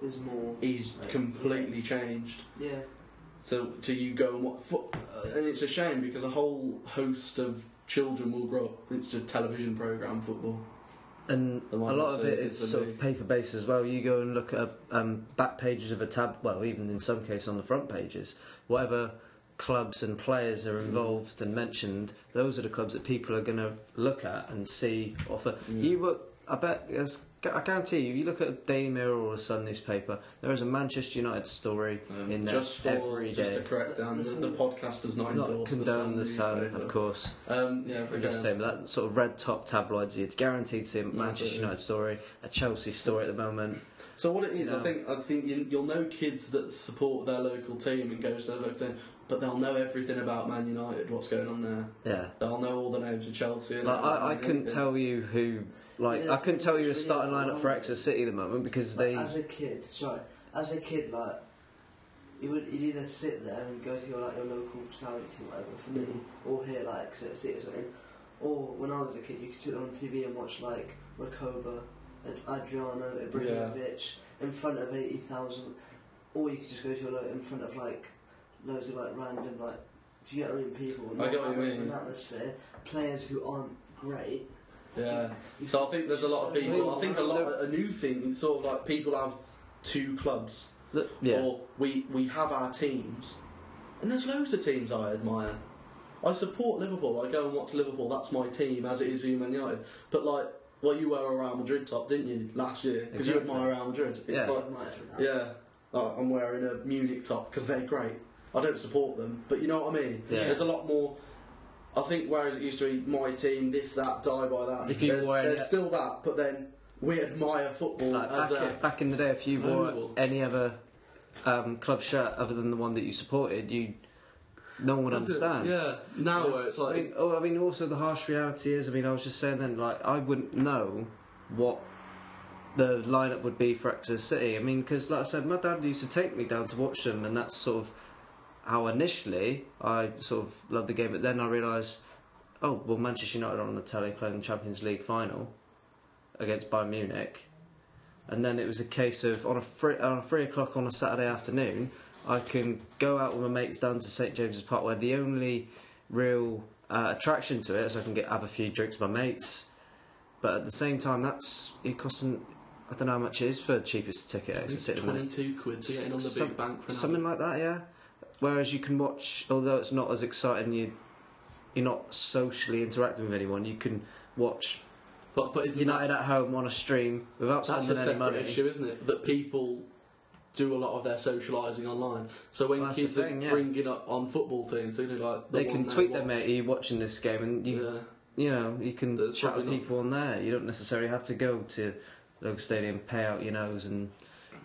D: There's more.
A: is completely changed.
D: Yeah.
A: So, to you go and what foot, and it's a shame because a whole host of children will grow up. It's just television program football.
B: and a
A: The one
B: lot
A: that's
B: of it
A: a-
B: is
A: the
B: sort of
A: big-
B: paper based as well. You go and look at um, back pages of a tab, well, even in some case on the front pages, whatever clubs and players are involved and mentioned, those are the clubs that people are going to look at and see offer. You look, I bet, yes, gu- I guarantee you, you look at a Daily Mirror or a Sun newspaper, there is a Manchester United story.
A: Um,
B: In there
A: just for,
B: every
A: just
B: day.
A: to correct Dan, the, the podcast does not,
B: Not
A: endorse
B: condone the
A: the
B: Sun,
A: newspaper.
B: of course.
A: Um, yeah,
B: I'm just
A: again,
B: saying, but that sort of red top tabloids, you'd guaranteed to see a Manchester
A: yeah.
B: United story, a Chelsea story at the moment.
A: So what it is,
B: No.
A: I think, I think you, you'll know kids that support their local team and go to their local team, but they'll know everything about Man United, what's going on there.
B: Yeah.
A: They'll know all the names of Chelsea. And
B: Like, I, I
A: everything.
B: couldn't tell you who, like,
D: Yeah,
B: I couldn't tell you a
D: it's
B: starting
D: really
B: lineup for Exeter City at the moment because they.
D: As a kid, sorry, as a kid, like you would you'd either sit there and go to your like your local Saudi team, whatever, for me,
A: Mm-hmm.
D: or hear like Exeter City or something. Or when I was a kid, you could sit on TV and watch like Rakoba, and Adriano, Ibrahimovic in front of eighty thousand, or you could just go to your lo- in front of like loads of like random like. Do you get what I mean? People,
A: I get what you
D: not having
A: mean.
D: An atmosphere, players who aren't great.
A: Yeah. So I think there's a lot of people. I think a lot. A new thing is sort of like people have two clubs,
B: th- yeah.
A: or we we have our teams, and there's loads of teams I admire. I support Liverpool. I go and watch Liverpool. That's my team, as it is for you, Man United. But like, well, you were a Real Madrid top, didn't you, last year? Because
B: Exactly.
A: you admire Real Madrid. It's
B: Yeah.
A: like, yeah. Like, I'm wearing a Munich top because they're great. I don't support them, but you know what I mean.
B: Yeah.
A: There's a lot more. I think whereas it used to be my team, this, that, die by that.
B: If you
A: there's,
B: were-
A: there's still that, but then we admire football
B: Like,
A: as
B: back,
A: a.
B: i- back in the day, if you wore
A: Unbelievable.
B: any other um, club shirt other than the one that you supported, you no one would understand.
A: Yeah. Now where it's
B: I
A: like
B: mean, oh, I mean, also the harsh reality is, I mean, I was just saying then, like, I wouldn't know what the lineup would be for Exeter City. I mean, because like I said, my dad used to take me down to watch them, and that's sort of how initially I sort of loved the game. But then I realised, oh, well, Manchester United are on the telly playing the Champions League final against Bayern Munich, and then it was a case of on a three, on a three o'clock on a Saturday afternoon, I can go out with my mates down to St James's Park, where the only real uh, attraction to it is I can get have a few drinks with my mates. But at the same time, that's it costing. I don't know how much it is for the cheapest ticket. Exeter City at the minute.
A: twenty-two quid to get in on the
B: Some-
A: big bank for an
B: something like that. Yeah. Whereas you can watch, although it's not as exciting, you you're not socially interacting with anyone. You can watch
A: hour. But, but isn't
B: United at home on a stream without
A: that, that's a
B: spending any
A: separate
B: money.
A: issue, isn't it? That people do a lot of their socialising online. So when
B: Well, that's
A: kids
B: the thing,
A: are
B: yeah.
A: bringing up on football teams, they do like the
B: they
A: one
B: can tweet their
A: watch.
B: mate, "Are you watching this game?" And you,
A: Yeah.
B: you know, you can
A: There's
B: chat with
A: probably not-
B: people on there. You don't necessarily have to go to local stadium, pay out your nose, and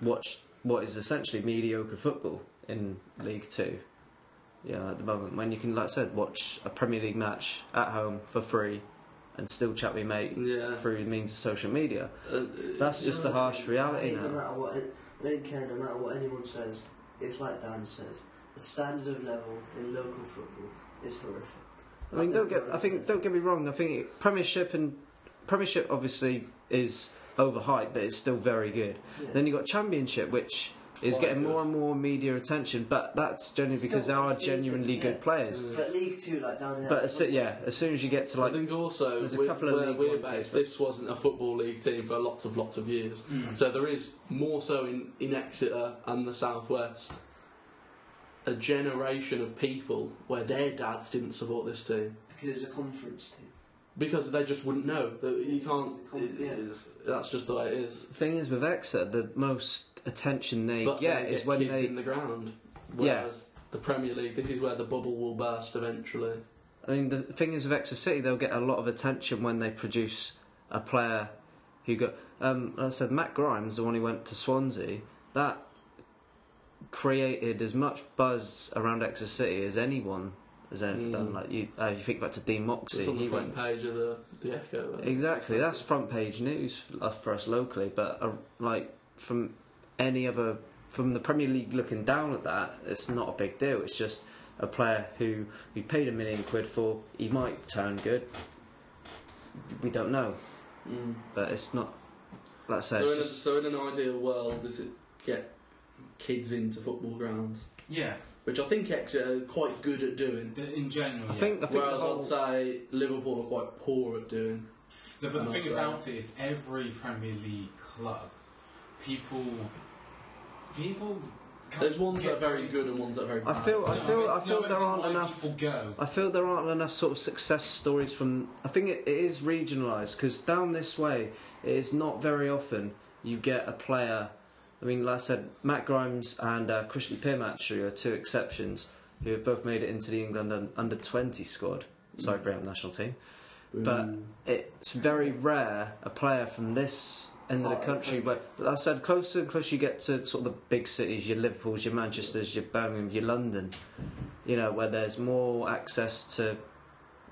B: watch what is essentially mediocre football in League Two. Yeah, at the moment when you can, like I said, watch a Premier League match at home for free, and still chat with your mate
A: Yeah.
B: through the means of social media.
A: Uh,
B: That's just the harsh reality
D: No
B: now.
D: matter what, I don't care. No matter what anyone says, it's like Dan says. The standard of level in local football is horrific.
B: I mean, don't get. I think don't get me wrong. I think Premiership and Premiership obviously is overhyped, but it's still very good.
D: Yeah.
B: Then you have got Championship, which is
A: Quite
B: getting
A: good.
B: more and more media attention, but that's generally because there
D: Still,
B: are
D: it's decent,
B: genuinely
D: yeah.
B: good players.
D: But League Two, like down here.
B: But as, soo- yeah, as soon as you get to
A: I
B: like,
A: think also
B: There's a
A: with-
B: couple of
A: where
B: league
A: we're
B: ones
A: based,
B: here, but-
A: this wasn't a football league team for lots of lots of years.
C: Mm.
A: So there is more so in, in Exeter and the Southwest a generation of people where their dads didn't support this team
D: because it was a conference team.
A: because they just wouldn't know that you can't. it-
D: Yeah.
A: it's- that's just the way it is.
B: thing is with Exeter, the most attention they
A: But
B: get
A: they
B: is
A: get
B: when
A: kids
B: they.
A: in the ground.
B: Yeah.
A: Whereas the Premier League, this is where the bubble will burst eventually.
B: I mean, the thing is with Exeter City, they'll get a lot of attention when they produce a player who got. Um, like I said Matt Grimes, the one who went to Swansea, that created as much buzz around Exeter City as anyone has ever
A: Mm.
B: done. Like you, uh, you think back to Dean Moxey,
A: It's on the
B: he
A: front
B: went.
A: page of the, the Echo.
B: Exactly, that's front page news for, uh, for us locally, but uh, like from any other, from the Premier League looking down at that, it's not a big deal. It's just a player who we paid a million quid for. He might turn good. We don't know,
A: Mm.
B: but it's not. Like I say,
A: So,
B: it's
A: in a,
B: just,
A: so in an ideal world, does it get kids into football grounds,
C: Yeah,
A: which I think Exeter are quite good at doing.
C: the, in general.
B: I
C: yeah.
B: think I think the
A: Whereas
B: whole,
A: I'd say Liverpool are quite poor at doing.
C: The, but the
A: I'm
C: thing
A: not
C: about it is, every Premier League club, people, people.
A: There's ones that
C: get
A: are very
C: paid-
A: good and ones that are very
B: I
A: bad.
B: feel- I
C: No,
B: feel-
C: it's-
B: I feel
C: no,
B: there
C: it's
B: aren't
C: why
B: enough-
C: People go.
B: I feel there aren't enough sort of success stories from. I think it, it is regionalised because down this way, it is not very often you get a player. I mean, like I said, Matt Grimes and uh, Christian Pym actually are two exceptions who have both made it into the England un- under 20 squad. Sorry, Graham national team. but- It's very rare a player from this end of the
D: Part of the
B: country, but like I said, closer and closer you get to sort of the big cities, your Liverpools, your Manchesters, your Birmingham, your London, you know, where there's more access to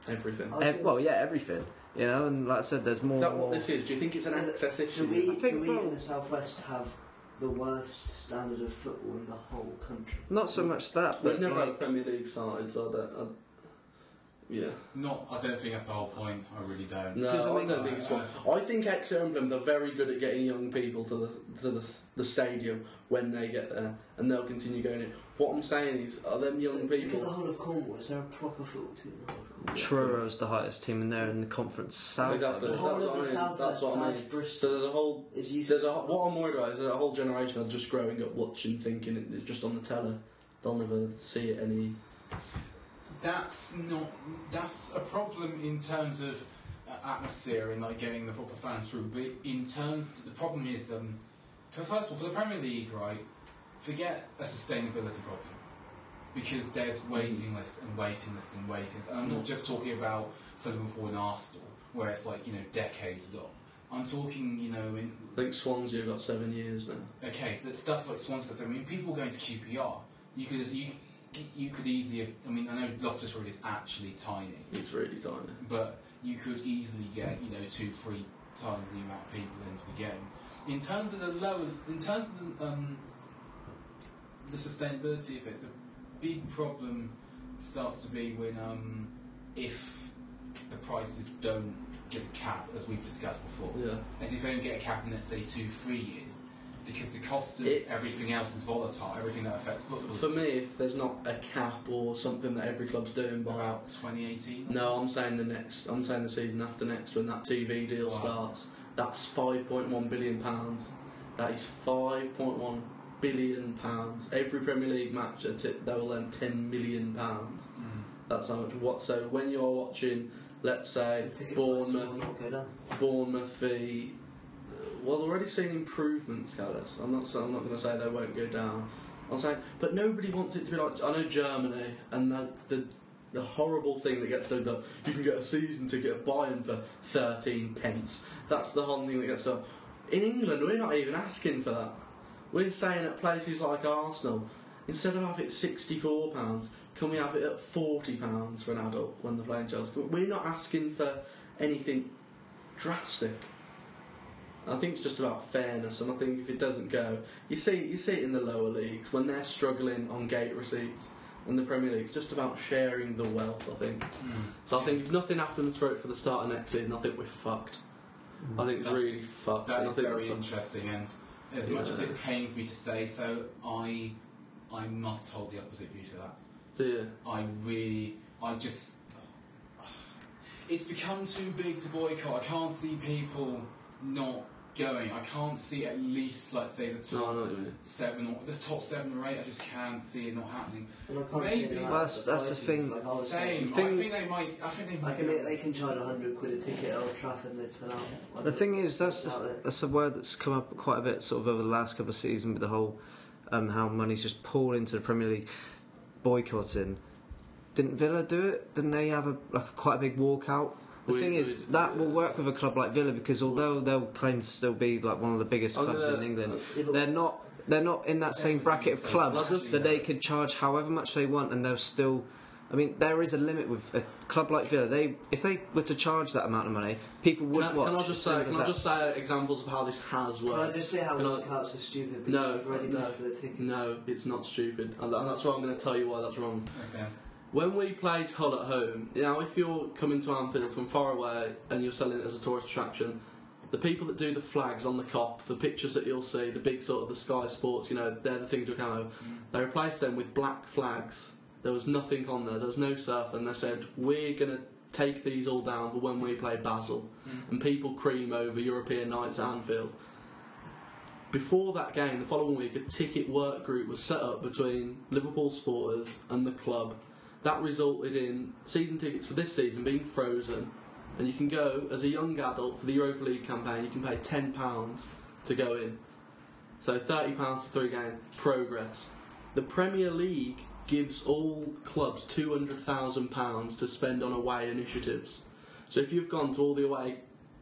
A: everything.
D: I
B: Ev-
D: think-
B: well, yeah, everything. You know, and like I said, there's more.
A: Is that what this is? Do you think it's an access
D: Do
A: issue?
D: we,
B: I think
D: do we
B: well-
D: in the southwest have the worst standard of football in the whole country?
B: Not so much that,
A: We've
B: but
A: never had a
B: like,
A: Premier League started, so I don't. I, yeah.
C: Not, I don't think that's the whole point. I really don't.
A: No,
B: Because, I
A: I,
B: mean,
A: don't think it's one. I think Exeter and Blum, they're very good at getting young people to the to the, the stadium when they get there, and they'll continue going in. What I'm saying is, are them young
D: Look at the
A: people?
D: whole of Cornwall. Is there a proper football team in the whole of Cornwall?
B: Truro's the highest team, and they're in the conference south.
A: Exactly.
D: The
A: That's
D: whole
A: what I
D: of the
A: mean,
D: southwest,
A: that's what I mean.
D: besides Bristol,
A: So there's a whole
D: is
A: there's
D: useless.
A: a whole- what I'm worried about is there's a whole generation of just growing up watching, thinking it- it's just on the telly. They'll never see it any.
C: That's not. That's a problem in terms of uh, atmosphere and like getting the proper fans through. But in terms, the problem is, um, for first of all, for the Premier League, right? Forget a sustainability problem because there's
B: Mm.
C: waiting lists and waiting lists and waiting lists. And I'm not just talking about for Liverpool and Arsenal, where it's like you know decades long. I'm talking, you know, in
A: I think Swansea have got seven years now.
C: Okay, so that stuff like Swanscott's. I mean, people going to QPR. You could you you could easily. I mean, I know Loftus Road is actually tiny,
A: It's really tiny.
C: but you could easily get you know two, three times the amount of people into the game. In terms of the lower, in terms of the, um, the sustainability of it, the big problem starts to be when um, if the prices don't get a cap, as we've discussed before
A: Yeah.
C: as if they don't get a cap in let's say two, three years, because the cost of
A: It-
C: everything else is volatile. Everything that affects football.
A: For me, if there's not a cap or something that every club's doing by
C: about 2018.
A: No, I'm saying the next. I'm saying the season after next when that TV deal
C: Wow.
A: starts. That's 5.1 billion pounds. That is 5.1 billion pounds. Every Premier League match, a tip, they will earn 10 million pounds.
C: Mm.
A: That's how much. What? So when you're watching, let's say
D: Ticket prices will
A: Bournemouth,
D: not go down.
A: Bournemouth v. Well, they're already seeing improvements, Callis. I'm not. so- I'm not going to say they won't go down. I'm saying, but nobody wants it to be like. I know Germany, and the the, the horrible thing that gets done. That you can get a season ticket at Bayern for thirteen pence. That's the whole thing that gets done. In England, we're not even asking for that. We're saying at places like Arsenal, instead of having it sixty-four pounds, can we have it at forty pounds for an adult when they're playing Chelsea? We're not asking for anything drastic. I think it's just about fairness, and I think if it doesn't go, you see, you see it in the lower leagues when they're struggling on gate receipts, and the Premier League. It's just about sharing the wealth. I think.
C: Mm.
A: So I think if nothing happens for it for the start of next season, I think we're fucked. I think it's
C: That's-
A: really fucked.
C: That
A: and I
C: is
A: think
C: very
A: that's-
C: interesting, and as much as it pains me to say so, I I must hold the opposite view to that.
A: Yeah.
C: I really, I just, it's become too big to boycott. I can't see people not going. I can't see at least, let's say, the top
A: No, I know what you mean.
C: seven or the top seven or eight. I just can't see it not happening.
D: And I can't
C: Maybe.
D: see them
C: Well,
D: out
B: that's-
D: the
B: that's the
D: prices,
B: thing.
D: Like I was
C: Same. Oh,
D: saying.
B: The thing-
C: I think they might. I think they
D: I
C: might.
D: can, they can charge 100 quid a ticket at Old Trafford and they'd sell out. I
B: The
D: don't-
B: thing is, that's
D: doubt
B: the,
D: it.
B: that's a word that's come up quite a bit sort of over the last couple of seasons with the whole um, how money's just poured into the Premier League boycotting. Didn't Villa do it? Didn't they have a like a, quite a big walkout? The
A: We-
B: thing is,
A: we-
B: that will
A: yeah.
B: work with a club like Villa because although they'll claim to still be like one of the biggest
A: I'm
B: clubs
A: gonna-
B: in England,
D: Yeah, but
B: they're not. They're not in that same bracket of clubs
A: Well, just-
B: that they could charge however much they want, and they'll still I mean, there is a limit with a club like Villa. They, if they were to charge that amount of money, people would
A: Can,
B: watch.
A: can I just say?
B: Simple as
A: Can I
B: that.
A: just say examples of how this has
D: Can I
A: worked?
D: just say how
A: Can I-
D: workouts are stupid? But
A: No,
D: you've already
A: no.
D: paid for the ticket.
A: No, it's not stupid, and and that's why I'm going to tell you why that's wrong.
C: Okay.
A: When we played Hull at home, now if you're coming to Anfield from far away and you're selling it as a tourist attraction, the people that do the flags on the cop, the pictures that you'll see, the big sort of the Sky Sports, you know, they're the things you'll come over. They replaced them with black flags. There was nothing on there. There was no surf, and they said we're going to take these all down for when we play Basel,
C: Mm.
A: and people cream over European nights at Anfield. Before that game, the following week, a ticket work group was set up between Liverpool supporters and the club. That resulted in season tickets for this season being frozen, and you can go as a young adult for the Europa League campaign. You can pay ten pounds to go in, so thirty pounds for three game progress. The Premier League gives all clubs two hundred thousand pounds to spend on away initiatives. So if you've gone to all the away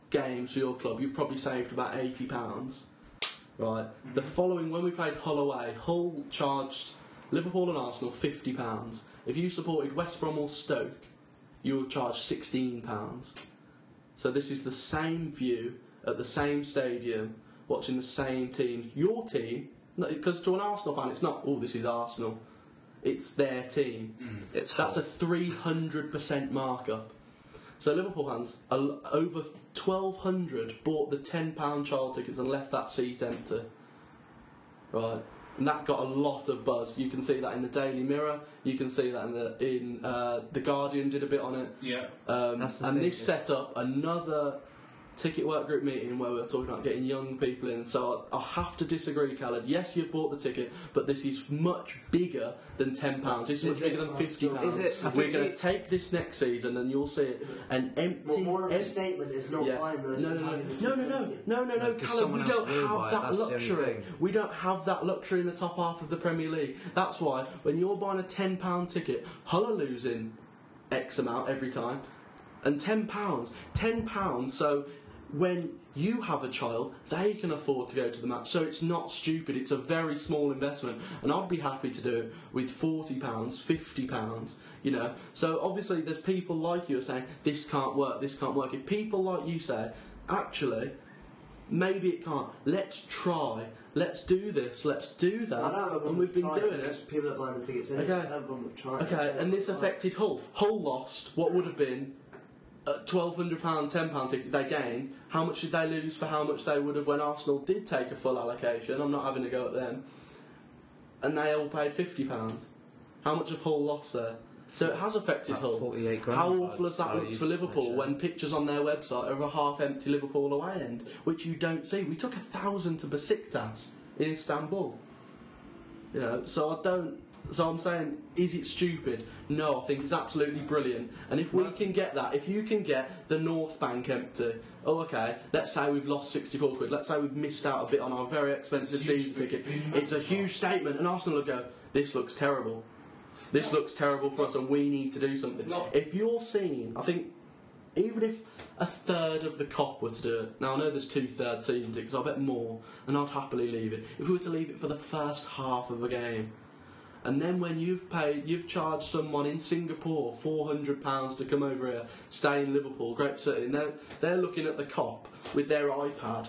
A: games for your club, you've probably saved about eighty pounds. Right. The following when we played Hull away, Hull charged Liverpool and Arsenal fifty pounds. If you supported West Brom or Stoke, you were charged sixteen pounds. So this is the same view at the same stadium, watching the same team. Your team, because to an Arsenal fan, it's not. Oh, this is Arsenal. It's their team.
C: Mm.
B: It's
A: That's a
B: Hull.
A: 300% markup. So Liverpool fans, a l- over 1,200 bought the £10 child tickets and left that seat empty. Right. And that got a lot of buzz. You can see that in the Daily Mirror. You can see that in the in uh, the Guardian did a bit on it.
C: Yeah.
A: Um,
B: That's the
A: and
B: thing,
A: this
B: is-
A: set up another ticket work group meeting where we were talking about getting young people in. So I, I have to disagree, Khaled. Yes, you've bought the ticket, but this is much bigger than ten pounds. It's much
B: Is
A: bigger
B: it?
A: than fifty pounds.
B: Is it? I
A: We're
B: think
A: going to
B: it-
A: take this next season, and you'll see it an
D: Well,
A: empty.
D: more of a
A: em-
D: statement is not
A: yeah.
D: buying
A: No,
D: those.
A: no,
D: and
A: no,
D: having this
A: no, no,
D: as a
A: no,
D: ticket.
A: no, no, no,
B: eh? No,
A: Callum,
B: 'cause
A: we
B: someone else
A: don't
B: will buy
A: have
B: it,
A: that
B: that's the only
A: luxury.
B: thing.
A: We don't have that luxury in the top half of the Premier League. That's why when you're buying a ten pound ticket, Hull are losing X amount every time, and ten pounds, ten pounds. So when you have a child, they can afford to go to the match. So it's not stupid. It's a very small investment, and I'd be happy to do it with forty pounds, fifty pounds. You know. So obviously, there's people like you who are saying this can't work. This can't work. If people like you say, actually, maybe it can't. Let's try. Let's do this. Let's do
D: I don't have a
A: that.
D: problem
A: And we've
D: with
A: been
D: trying
A: doing
D: because
A: it.
D: People are buying the tickets.
A: Okay.
D: anyway. I don't have a problem with trying.
A: Okay, and this affected Hull. Hull lost what would have been a twelve hundred pound, ten pound ticket they gained. How much did they lose for how much they would have when Arsenal did take a full allocation? I'm not having a go at them. And they all paid fifty pounds. How much of Hull lost there? So it has affected
B: About
A: Hull.
B: 48 grand.
A: How awful has that
B: Oh,
A: looked
B: you-
A: for Liverpool
B: actually.
A: when pictures on their website are of a half-empty Liverpool away end, which you don't see? We took a thousand to Besiktas in Istanbul. You know, so I don't. So I'm saying, is it stupid? No, I think it's absolutely brilliant. And if we can get that, if you can get the North Bank empty, oh okay. Let's say we've lost 64 quid. Let's say we've missed out a bit on our very expensive
C: It's a huge
A: season ticket.
C: freaking-
A: It's a huge statement, and Arsenal will go, "This looks terrible. This looks terrible for us, and we need to do something."
C: No.
A: If you're seeing, I think even if a third of the cop were to do it, now I know there's two third season tickets, I bet more, and I'd happily leave it. If we were to leave it for the first half of a game, and then when you've paid, you've charged someone in Singapore four hundred pounds to come over here, stay in Liverpool, Great City, and they're, they're looking at the cop with their iPad,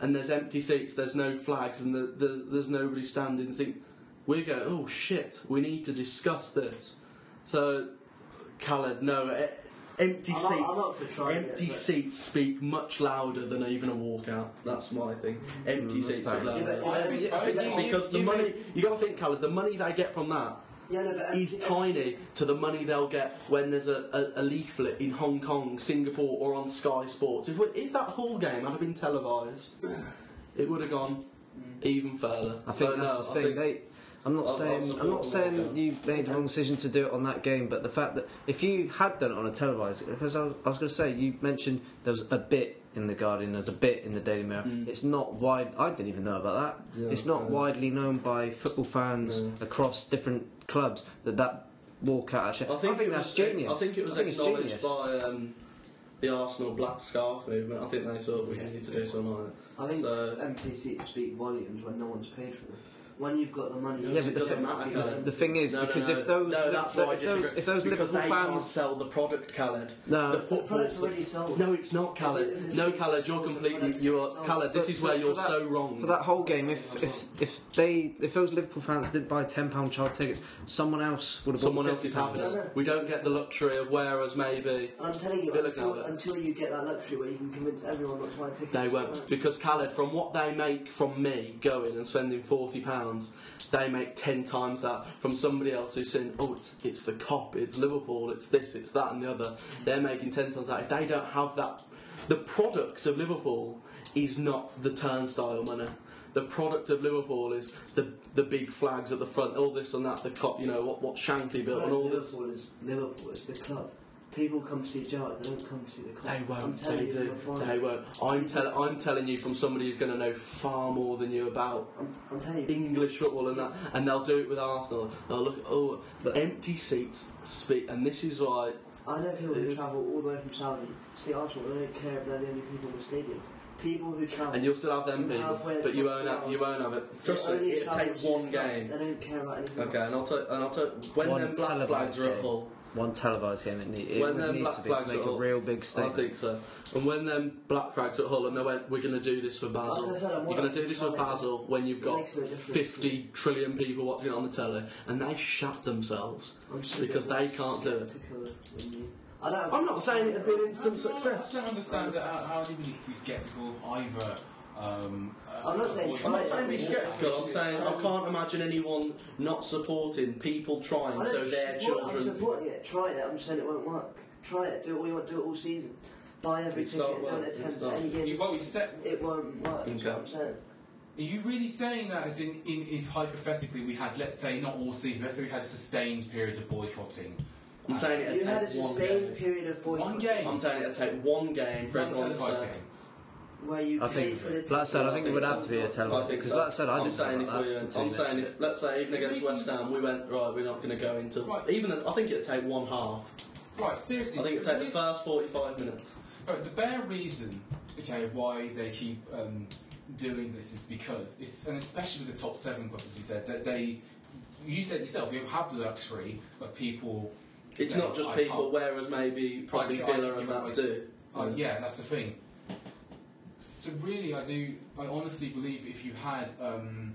A: and there's empty seats, there's no flags, and the, the, there's nobody standing. Think we go, oh shit, we need to discuss this. So, Khaled, no, e- empty
D: I'm
A: seats.
D: up- I'm up for trying it,
A: empty
D: but-
A: seats speak much louder than even a walkout. That's my thing. Empty
B: Mm, that's
A: seats
B: fair
A: are
B: enough.
D: Yeah,
A: louder.
D: but, yeah,
C: I
D: but-
C: think-
D: yeah,
C: I
D: but-
C: think-
D: yeah,
A: Because the
B: You
A: money, you got to think, Callum, the money they get from that
D: no, but
A: is tiny to the money they'll get when there's a, a, a leaflet in Hong Kong, Singapore, or on Sky Sports. If, we- if that whole game had been televised, it would have gone even further.
B: I think
A: So,
B: that's
A: no,
B: the
A: I
B: thing.
A: think-
B: they, I'm not
A: I'll- I'll
B: saying I'm
A: support
B: not
A: them
B: saying
A: there.
B: you made the wrong decision to do it on that game, but the fact that if you had done it on a televised, because I was, I was going to say you mentioned there was a bit in the Guardian, there's a bit in the Daily Mirror.
A: Mm.
B: It's not wide. I didn't even know about that.
A: Yeah,
B: it's not
A: yeah.
B: widely known by football fans
A: No.
B: across different clubs that that walkout. Actually, I think,
A: it
B: that's
A: was,
B: genius.
A: I think it was
B: it's
A: acknowledged
B: genius.
A: by um, the Arsenal Black Scarf movement. I think they thought we
C: Yes,
A: need to
C: it
A: do
C: was.
A: something like that.
D: I think
A: So-
D: empty seats speak volumes when no one's paid for them. when you've got the money,
B: Yeah,
D: it
B: but the,
D: doesn't
B: thing,
D: matter.
B: the,
D: doesn't
B: the
D: it?
B: thing is,
E: No, no,
B: because
E: no,
B: if those,
E: no, that's
B: if,
E: why I
B: if those,
E: disagree.
B: if those
E: Because
B: Liverpool
E: they can't
B: fans,
E: sell the product, Khaled.
B: No.
E: the
B: The
D: the product's
E: football's
D: already sold.
A: No, it's not Khaled. No, Khaled, you're completely. You're Khaled. This is where you're so wrong.
B: for that whole game, if if if they, if those Liverpool fans didn't buy ten pound child tickets, someone else would have bought
A: Someone
B: the
A: else's
B: £50.
A: happiness. We don't get the luxury of whereas maybe
D: And I'm telling you,
A: They look
D: until,
A: out there.
D: until you get that luxury where you can convince everyone not to buy tickets,
A: they won't. Because Khaled, from what they make from me going and spending forty pounds, they make ten times that from somebody else who's saying, "Oh, it's, it's the cop, it's Liverpool, it's this, it's that, and the other." They're making ten times that. If they don't have that, the product of Liverpool is not the turnstile money. The product of Liverpool is the the big flags at the front, all this and that, the cop, you know what what Shankly built and all this.
D: Liverpool is Liverpool. It's the club. People come to see Gerrard. They don't come to see the club.
A: They
D: I'm
A: won't.
D: telling
A: They
D: you,
A: do.
D: you'll find
A: They
D: it.
A: won't. I'm tell- I'm telling you from somebody who's going to know far more than you about
D: I'm, I'm telling you.
A: English football and that, and they'll do it with Arsenal. They'll look oh
D: But-
A: empty seats speak, and this is why.
D: I know people who
A: Yes.
D: travel all the way from Saudi to see Arsenal. They don't care if they're the only people in the stadium. People who travel.
A: And you'll still have them
D: From
A: people,
D: halfway
A: but you
D: across
A: won't
D: the
A: have you won't have it.
E: Trust
D: they
E: me,
D: only
E: it'll
D: travel
E: take
D: to see
E: one
D: the club.
E: game.
D: They don't care about anything.
A: Okay,
D: else.
A: and I'll tell and I'll tell when
B: One
A: them black
B: televised
A: flags are at
B: game.
A: Hull.
B: One televised game, it, need, it
A: When
B: would
A: them
B: need
A: black
B: to be to
A: flags
B: make
A: are
B: a
A: up,
B: real big
A: I
B: statement.
A: think so. And when them black flags are at Hull, and they went, "We're going to do this for Basel.
D: Like I said, I'm
A: You're going
D: worried.
A: to do this for Basel when you've
D: It
A: got
D: makes no difference.
A: 50 trillion people watching it on the telly, and they shat themselves."
D: I'm just
A: Because they can't do it.
D: skeptical of them. I don't.
A: I'm not saying it'd be an
C: I
A: instant
C: don't, I
A: success.
C: don't understand it, how, how anybody can be sceptical either. Um, uh,
D: I'm not saying-
C: avoid-
D: I'm not
A: I'm saying be sceptical. I'm saying I can't imagine anyone not supporting people trying,
D: I
A: so
D: don't
A: their
D: support- I'm
A: children.
D: supporting it. Try it. I'm saying it won't work. Try it. Do it all you want. Do it all season. Buy every
A: It's
D: ticket.
A: not work,
D: Don't
A: it's
D: attend
A: not.
D: any
C: You,
D: games.
C: well, you said,
D: It won't work. That's
A: Okay.
D: what I'm saying.
C: Are you really saying that as in, in if hypothetically we had, let's say, not all season, let's say we had a sustained period of boycotting?
A: I'm saying it'd
D: You had a
A: take one game.
D: sustained period of boycott
C: One game.
A: I'm saying it'd take one game for
C: One
A: everyone to
C: televised
A: say.
C: game.
D: where you
B: I
D: paid
B: think,
D: for the
B: like I said, I
D: ticket.
B: think it would have to be a
A: I
B: televised
A: think
B: because,
A: so.
B: like I said, I
A: I'm
B: didn't
A: saying
B: know
A: if
B: about
A: we,
B: that until
A: I'm
B: you
A: saying
B: mentioned
A: if let's say even
C: The
A: against
C: reason-
A: West Ham we went right, we're not going to go into
C: Right.
A: even. though- I think it'd take one half.
C: Right, seriously.
A: I think it'd
C: the
A: take the
C: reas-
A: first 45 minutes.
C: right, the bare reason, okay, why they keep um, doing this is because, it's, and especially with the top seven clubs, as you said, that they, you said yourself, you have the luxury of people.
A: It's
C: saying,
A: not just
C: "I
A: people,
C: can't
A: whereas maybe probably
C: I can- I
A: Villa
C: can
A: and
C: give
A: that
C: it
A: do.
C: Uh, yeah, that's the thing. So really, I do. I honestly believe if you had um,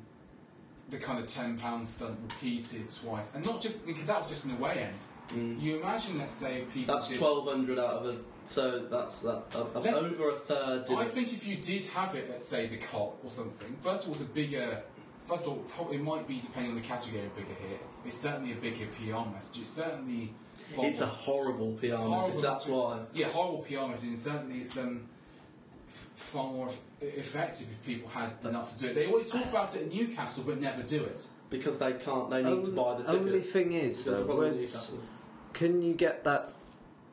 C: the kind of ten pound stunt repeated twice, and not just because that was just an away end.
A: Mm.
C: You imagine, let's say, if people.
A: That's
C: did,
A: 1,200 out of a. So that's that. a- a-
C: Let's-
A: over a third. did
C: I
A: it.
C: think if you did have it at say the cot or something, first of all, it's a bigger. First of all, probably it might be depending on the category, a bigger hit. It's certainly a bigger PR message. It's certainly.
A: It's a horrible PR
C: Horrible.
A: message. That's why.
C: Yeah, horrible PR message, and certainly it's um, f- far more e- effective if people had the nuts to do it. They always talk about it at Newcastle, but never do it.
A: Because they can't. They need to
B: Only-
A: buy the ticket.
B: Only thing is,
A: Because they're
B: though,
A: probably
B: weren't-
A: Newcastle.
B: can you get that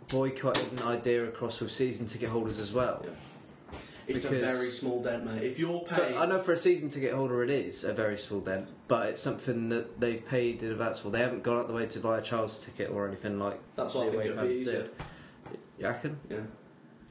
B: boycotting idea across with season ticket holders as well?
A: Yeah. It's a
B: because-
A: very small dent, mate. If you're
B: But
A: paying,
B: I know for a season ticket holder, it is a very small dent, but it's something that they've paid in advance for. They haven't gone out the way to buy a child's ticket or anything like
A: That's
B: the
A: why I think
B: away
A: it'd be
B: fans
A: easier.
B: did. You reckon?
A: Yeah,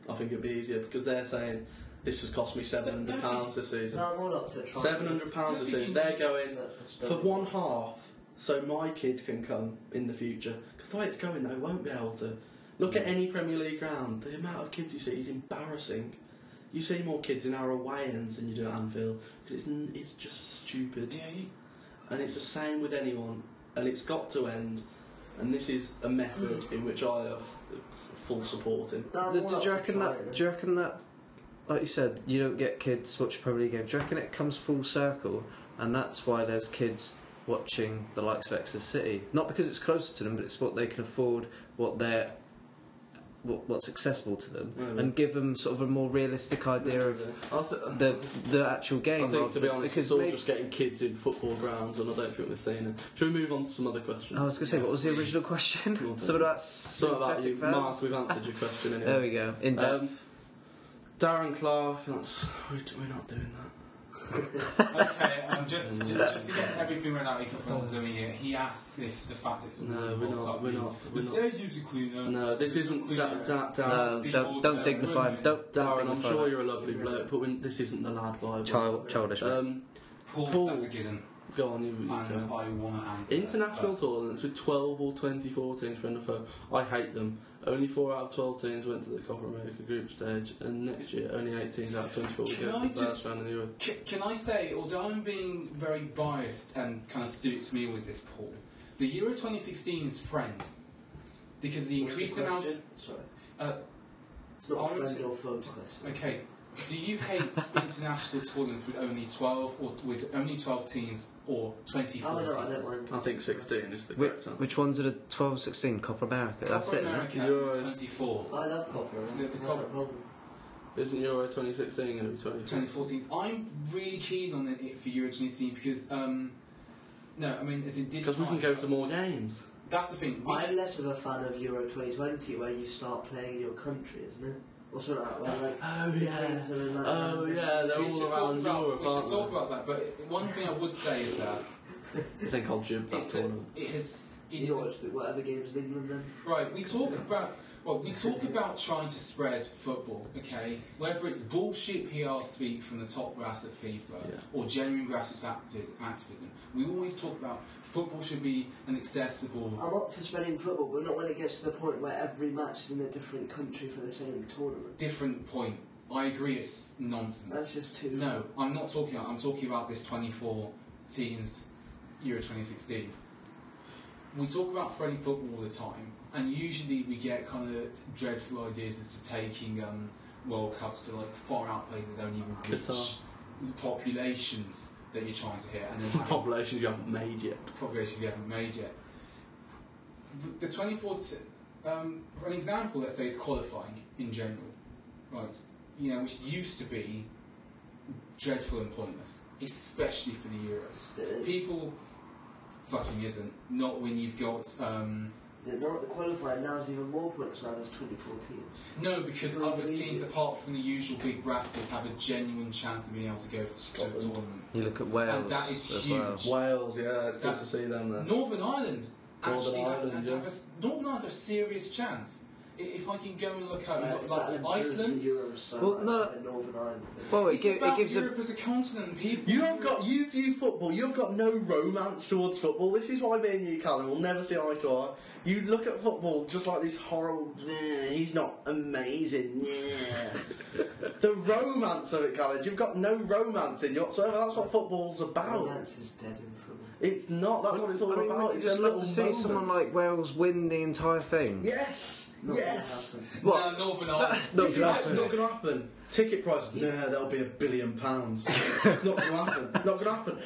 A: I think it'd be easier because they're saying this has cost me seven hundred pounds this
D: No,
A: season.
D: I'm all up to trying.
A: Seven hundred pounds this season. They're going for one half, so my kid can come in the future. Because the way it's going, they won't be able to. Look at any Premier League ground. The amount of kids you see is embarrassing. You see more kids in our away ends than you do at Anfield because it's n- it's just stupid.
C: Yeah, you,
A: and it's the same with anyone, and it's got to end. And this is a method in which I have full support in.
D: No, I'm
B: Do,
D: all
B: do
D: up
B: you
D: for
B: reckon
D: trying
B: that?
D: it.
B: Do you reckon that? Like you said, you don't get kids watch Premier League games. Do you reckon it comes full circle, and that's why there's kids watching the likes of Exeter City? Not because it's closer to them, but it's what they can afford, what they're, what, what's accessible to them,
A: Mm.
B: and give them sort of a more realistic idea of
A: I, th-
B: the the actual game.
A: I think, to be
B: rather-
A: honest,
B: because
A: it's all
B: maybe-
A: just getting kids in football grounds, and I don't think we're seeing it. Should we move on to some other questions?
B: I was going to say, what was the original
C: Please.
A: Go on.
B: question? Some of that
A: Sorry about you,
B: sympathetic
A: Mark.
B: fans.
A: We've answered your question anyway.
B: There we go. In depth.
A: Um, Darren Clark. That's we're, we're not doing that.
C: okay, um, just, just just to get everything right out, if you're not doing it, he asks if the fact it's a
A: No, we're
C: World
A: not.
C: Cup
A: We're
C: is-
A: not.
C: The
A: We're not.
C: stadium's a cleaner.
A: No, this isn't da-
B: Um,
A: da- Darren.
B: no, Uh, don't, don't dignify. Don't, don't
A: Darren, I'm
B: dignify
A: sure
B: that.
A: you're a lovely bloke, but we, this isn't the lad vibe.
B: Uh, Child, childish.
A: Um,
C: Paul,
A: Paul.
C: that's a given.
A: Go on, you, you
C: And
A: go.
C: I want to answer.
A: International
C: first.
A: tournaments with 12 or 24 teams for NFL. I hate them. Only 4 out of 12 teams went to the Copa America group stage, and next year only 8 teams out of 24 will
C: Can
A: go to
C: I
A: the first
C: just-
A: round of the Euro.
C: C- can I say, although I'm being very biased and kind of suits me with this poll, the Euro 2016 is friend because the
D: What's
C: increased
D: the
C: amount.
D: question? Sorry.
C: Uh,
D: it's not a
C: I would
D: friend
C: say-
D: or phone question.
C: Okay, do you hate international tournaments with only 12 or with only 12 teams or 24
D: Oh, no, I
C: teams?
D: don't mind.
A: I think 16 is the
B: Which,
A: correct answer.
B: which ones are the 12, 16? Copa America. That's
C: Copa
B: it. man.
C: America,
A: Euro-
C: 24.
D: I love copper.
C: The- the copper.
D: problem.
A: Isn't Euro 2016 going to be 24?
C: 2014. I'm really keen on it for Euro 2016 because, um, no, I mean, it's in this
A: Because we can
C: time-
A: go to more games.
C: That's the thing. We-
D: I'm less of a fan of Euro 2020 where you start playing in your country, isn't it? Or something like that. Where, like,
A: Oh,
D: the
A: yeah.
D: games are in, like,
A: Oh, yeah, they're
C: we should,
A: all
C: talk
A: around
C: about,
A: Europe,
C: we should
A: aren't
C: talk about that, but one thing I would say is that
A: they? I think I'll jib that
C: it's a,
A: tournament.
C: it has. It is
D: You
C: a-
D: know, it's the- whatever games in England then.
C: Right, we talk about well, we talk about trying to spread football, okay? Whether it's bullshit PR speak from the top brass at FIFA
A: Yeah.
C: or genuine grassroots activis- activism, we always talk about football should be an accessible.
D: I'm up for spreading football, but not when it gets to the point where every match is in a different country for the same tournament.
C: Different point. I agree, it's
D: That's
C: nonsense.
D: just too.
C: No, I'm not talking about. I'm talking about this 24 teams Euro 2016. We talk about spreading football all the time, and usually we get kind of dreadful ideas as to taking um, World Cups to like far out places that don't even reach
A: Qatar.
C: the populations that you're trying to hit, and then
A: Some
C: having
A: populations you haven't made yet.
C: populations you haven't made yet. The 24, t- um, for an example, let's say, is qualifying in general, right? You know, which used to be dreadful and pointless, especially for the Euros.
D: It's- it's-
C: People fucking isn't. Not when you've got um,
D: the- Not the qualifying now is even more points now. There's 24 teams.
C: no, because
D: Well,
C: other
D: we-
C: teams apart from the usual big brasses have a genuine chance of being able to go f- to
A: Scotland.
C: the tournament.
B: You look at Wales
C: And that is
B: as
C: huge.
B: well.
A: Wales, yeah, it's good to
C: That's-
A: see them there.
C: Northern Ireland actually have-
A: Ireland,
C: have,
A: yeah.
C: have a s- Northern Ireland have a serious chance. I- If I can go and look at
D: Uh,
C: like,
D: it's like the
C: Iceland,
D: Euro- the Euros so
B: Well,
D: much
B: no.
D: in Northern Ireland.
B: Well, it,
C: it's
B: gi- it
C: about
B: gives a
C: Europe as a continent. People,
A: You have got you view football. You have got no romance towards football. This is why me and you, Callum, will never see eye to eye. You look at football just like this horrible. "Nah, He's not amazing. nah." the romance of it, Callum. You've got no romance in you whatsoever. That's what football's about.
D: Romance is dead in football.
A: It's not. That's what it's all
B: I mean,
A: about.
B: you
A: It's
B: just
A: their
B: love to
A: little
B: see someone
A: moments.
B: like Wales win the entire thing.
A: yes,
D: Not gonna
A: yes.
D: happen.
B: What?
C: No, uh, Northern Ireland.
B: That's not gonna happen.
A: Not gonna happen. Ticket prices. Nah, that'll be a billion pounds. not gonna happen. Not gonna happen.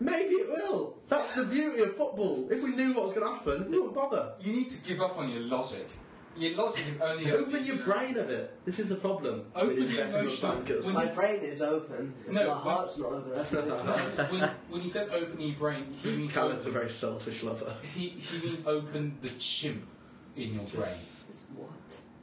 A: Maybe it will. That's the beauty of football. If we knew what was gonna happen, we wouldn't bother.
C: you need to give up on your logic. Your logic is only
A: Open your brain a bit. This is the problem.
C: Open
A: with
C: your
A: investment
C: emotion.
A: bankers.
C: When
D: My
C: you-
D: brain is open.
C: No,
D: my
C: but-
D: heart's not open. That's the
C: No, it's when, when he says open your brain, he means
A: Callum's a
C: open,
A: very selfish lover.
C: he, he means open the chimp in your brain.
D: What?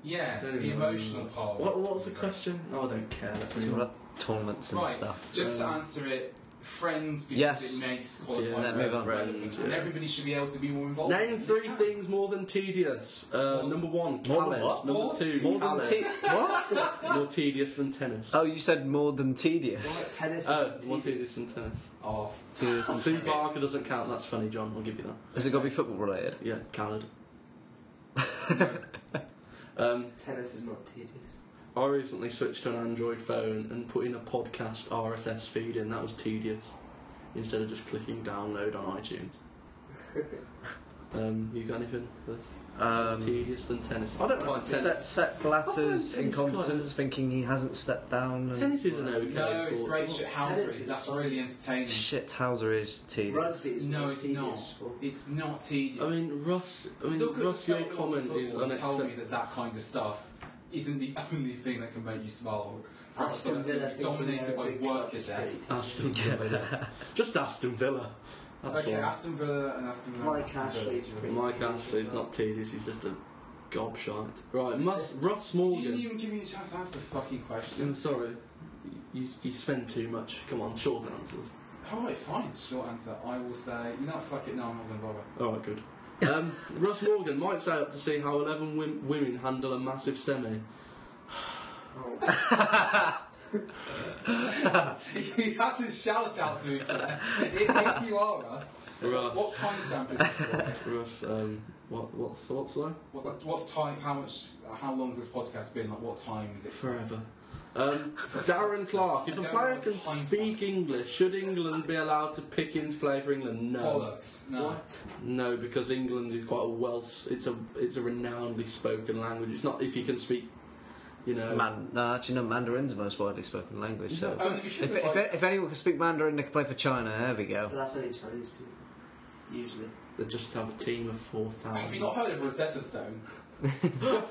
C: Yeah,
A: Don't
C: the
A: even
C: emotional
A: remember.
C: part.
A: What, what was the question? Oh, I don't care. Let's
B: It's
A: move
B: all
A: on.
B: about tournaments and
C: Right,
B: stuff.
C: just to answer it, friends because
B: Yes.
C: it makes
A: Yeah,
C: qualifying
B: let me go.
C: relevant, and
A: Yeah.
C: everybody should be able to be more involved.
A: Name three things more than tedious. Uh, number one,
B: More than
A: Khaled.
B: what?
A: Number
C: What?
A: two,
B: More than
A: Khaled.
B: te- what?
A: more tedious than tennis.
B: Oh, you said more than tedious.
D: What? Tennis?
A: Oh,
D: is
A: more tedious than tennis.
C: Oh,
A: Sue Barker doesn't count. That's funny, John. I'll give you that.
B: Has it got to be football related?
A: Yeah, Khaled. um,
D: tennis is not tedious.
A: I recently switched to an Android phone and put in a podcast RSS feed in. That was tedious. Instead of just clicking download on iTunes. um, you got anything? that's
B: Um,
A: tedious than tennis. I don't mind tennis.
B: set, set
A: Oh, tennis
B: Blatter's
A: quite
B: incompetence,
A: a-
B: thinking he hasn't stepped down. And
A: Tennis is an okay
C: no, it's
A: sport.
C: great shit
D: Tennis
C: housery.
D: is
C: That's
D: fun.
C: really entertaining.
B: Shithouser is tedious.
D: Rugby is
C: No,
D: not
C: it's
D: tedious
C: not.
D: for-
C: It's not tedious.
A: I mean, Russ. I mean,
C: Look at
A: Russ.
C: the
A: Your
C: scale
A: comment
C: of
A: is
C: football and Tell me
A: unacceptable.
C: that that kind of stuff isn't the only thing that can make you smile. For us,
D: Aston
C: that's going
D: Villa
C: to be
D: think they're
C: dominated
D: a
C: by
D: big
C: worker
D: club.
C: deaths.
A: Aston Villa. just Aston Villa. That's
C: Okay,
A: all.
C: Aston Villa and Aston Villa.
D: Mike
C: Aston Villa.
D: Ashley's pretty-
A: Mike Ashley's not tedious, he's just a gobshite. Right, Mus- Russ
C: You didn't
A: Morgan.
C: even give me the chance to answer the fucking
A: I'm
C: question.
A: sorry, you, you spend too much. Come on, short answers.
C: Alright, fine. Short answer. I will say, you know, what, fuck it, no, I'm not going to bother.
A: Alright, good. Um, Russ Morgan might stay up to see how 11 wim- women handle a massive semi.
D: Oh.
C: he has his shout out to me for that. If, if you are us,
A: Russ.
C: what timestamp is this for?
A: Russ, um, what, what's, what's though?
C: What, what's time? How much? How long's this podcast been? Like, what time is it?
A: Forever. Um, Darren Clark, if a player can speak English, should England be allowed to pick him to play for England? No.
C: Bollocks. No.
A: No, because England is quite a well. It's a it's a renownedly spoken language. It's not if you can speak, you know.
B: Man, no, actually, no. Mandarin's the most widely spoken language. So,
C: Only because
B: if,
C: it's
B: if,
C: like-
B: if anyone can speak Mandarin, they can play for China. There we go.
D: But that's only Chinese people, usually.
A: They just have a team of four
C: Have
A: thousand.
C: you not heard of Rosetta Stone?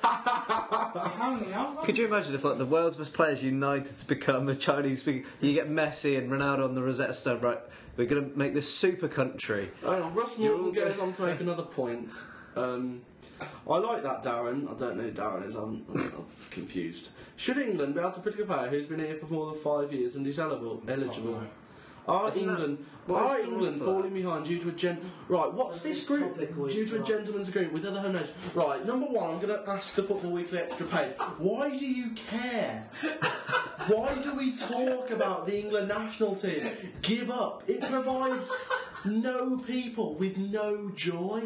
C: how many? How long?
B: Could you imagine if like the world's best players united to become a Chinese speaking? You get Messi and Ronaldo on the Rosetta Stone, right? We're gonna make this super country.
A: Hang on, Russ
B: You're
A: Morgan
B: all good.
A: goes on to make another point. Um, I like that Darren. I don't know who Darren is. I'm, I'm confused. Should England be able to pick a player who's been here for more than five years and is eligible? eligible?
C: no.
A: Are
B: Isn't that-
A: England,
B: what
A: are
B: is the rule
A: England
B: for that?
A: falling behind due to a gen? Right, what's
D: Is
A: this
D: this
A: group?
D: topic or
A: Due
D: is
A: to a
D: not?
A: gentleman's agreement with other home nations. Right, number one, I'm going to ask the Football Weekly extra page. Why do you care? Why do we talk about the England national team? Give up. It provides no people with no joy.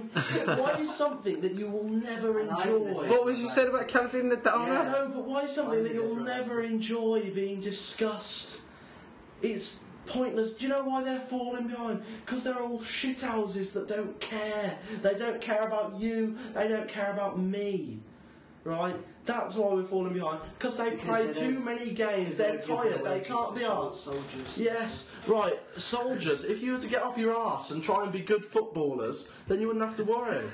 A: Why is something that you will never
D: And I-
A: enjoy?
B: What was you saying about Caroline
A: I
B: Downer?
A: know, but why is something that you'll never enjoy being discussed? It's pointless. Do you know why they're falling behind? Because they're all shithouses that don't care. They don't care about you. They don't care about me. Right? That's why we're falling behind. Because they play
D: they
A: too
D: don't-
A: many games. They're tired. They can't be arsed.
D: Soldiers.
A: Yes, right, soldiers, if you were to get off your arse and try and be good footballers, then you wouldn't have to worry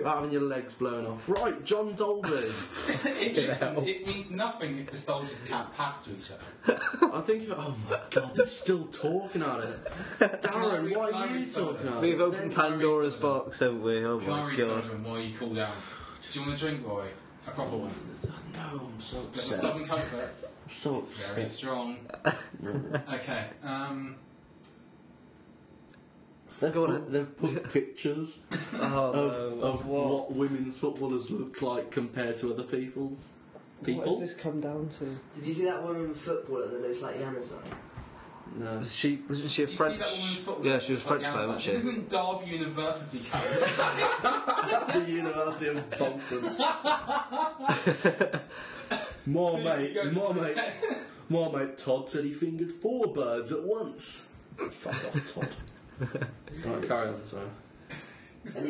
A: about having your legs blown off. Right, John Dolby.
C: It, listen, it means nothing if the soldiers can't pass to each other.
A: I think, if, oh my god, they're still talking about it. Darren, why are you talking about
B: We've
A: it?
B: opened Pandora's box, haven't we? Oh
C: Can I
B: my
C: read
B: god.
C: something while you cool down? Do you want a drink, Roy? A proper one.
A: No, I'm so
C: There's a
A: upset.
C: Southern Comfort.
A: So
C: It's very
A: upset.
C: strong. Okay. Um,
B: Go on. then.
A: They've put pictures
B: Oh,
A: of,
B: no.
A: of what? women's footballers look like compared to other people's.
B: What
A: People?
B: does this come down to?
D: Did you see that woman footballer that looks like Yanazar?
A: No.
B: Was she wasn't she a
C: did you see
B: French?
C: that woman's football?
B: yeah, she was a
C: Like,
B: French
C: yeah,
B: player,
C: like,
B: wasn't she?
C: This isn't Derby University, Karen.
A: the University of Bolton. more mate, more mate, more mate. Todd said he fingered four birds at once. Fuck off, Todd. right, carry on, sorry.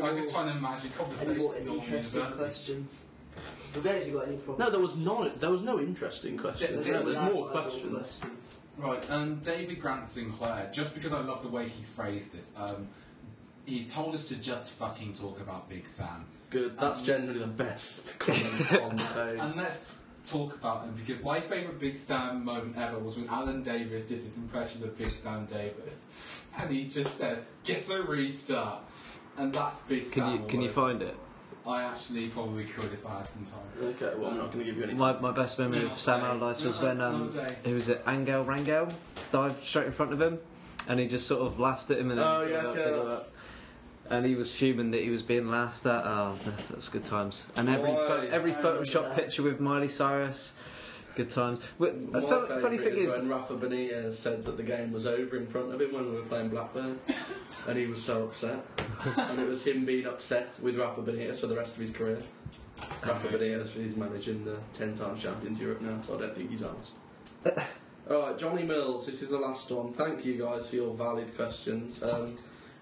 C: I'm just trying to imagine
D: Any more
C: conversations in Derby
D: interesting
C: University.
D: questions? Have you got any problems?
A: No, there was no, there was no interesting questions.
C: Yeah,
A: no,
C: yeah,
A: there's more questions.
C: Right, um, David Grant Sinclair, just because I love the way he's phrased this, um, he's told us to just fucking talk about Big Sam.
A: Good. That's generally the best comment on the page.
C: And let's talk about him because my favourite Big Sam moment ever was when Alan Davis did his impression of Big Sam Davis, and he just said, "Get a restart," and that's Big
B: Can
C: Sam.
B: you
C: all
B: can you
C: over.
B: find it?
C: I actually probably could if I had some time.
A: Okay, well, I'm not going to give you any.
B: My, my best memory
C: No,
B: of Sam
C: no,
B: Allardyce was
C: no,
B: when
C: no,
B: um,
C: no.
B: who was it? Angel Rangel dived straight in front of him, and he just sort of laughed at him and then
A: Oh,
B: he sort of
A: yes,
B: got
A: yes.
B: bigger up. And he was fuming that he was being laughed at. Oh, that, that was good times. And every
A: Why?
B: pho- every
D: I remember
B: Photoshop
D: that.
B: picture with Miley Cyrus, good times. But
A: My
B: a fun- funny
A: favourite
B: thing is,
A: when Rafa Benitez said that the game was over in front of him when we were playing Blackburn, and he was so upset, and it was him being upset with Rafa Benitez for the rest of his career. Rafa Benitez is managing the ten-time champions Europe now, so I don't think he's asked. All right, Johnny Mills, this is the last one. Thank you guys for your valid questions. Um,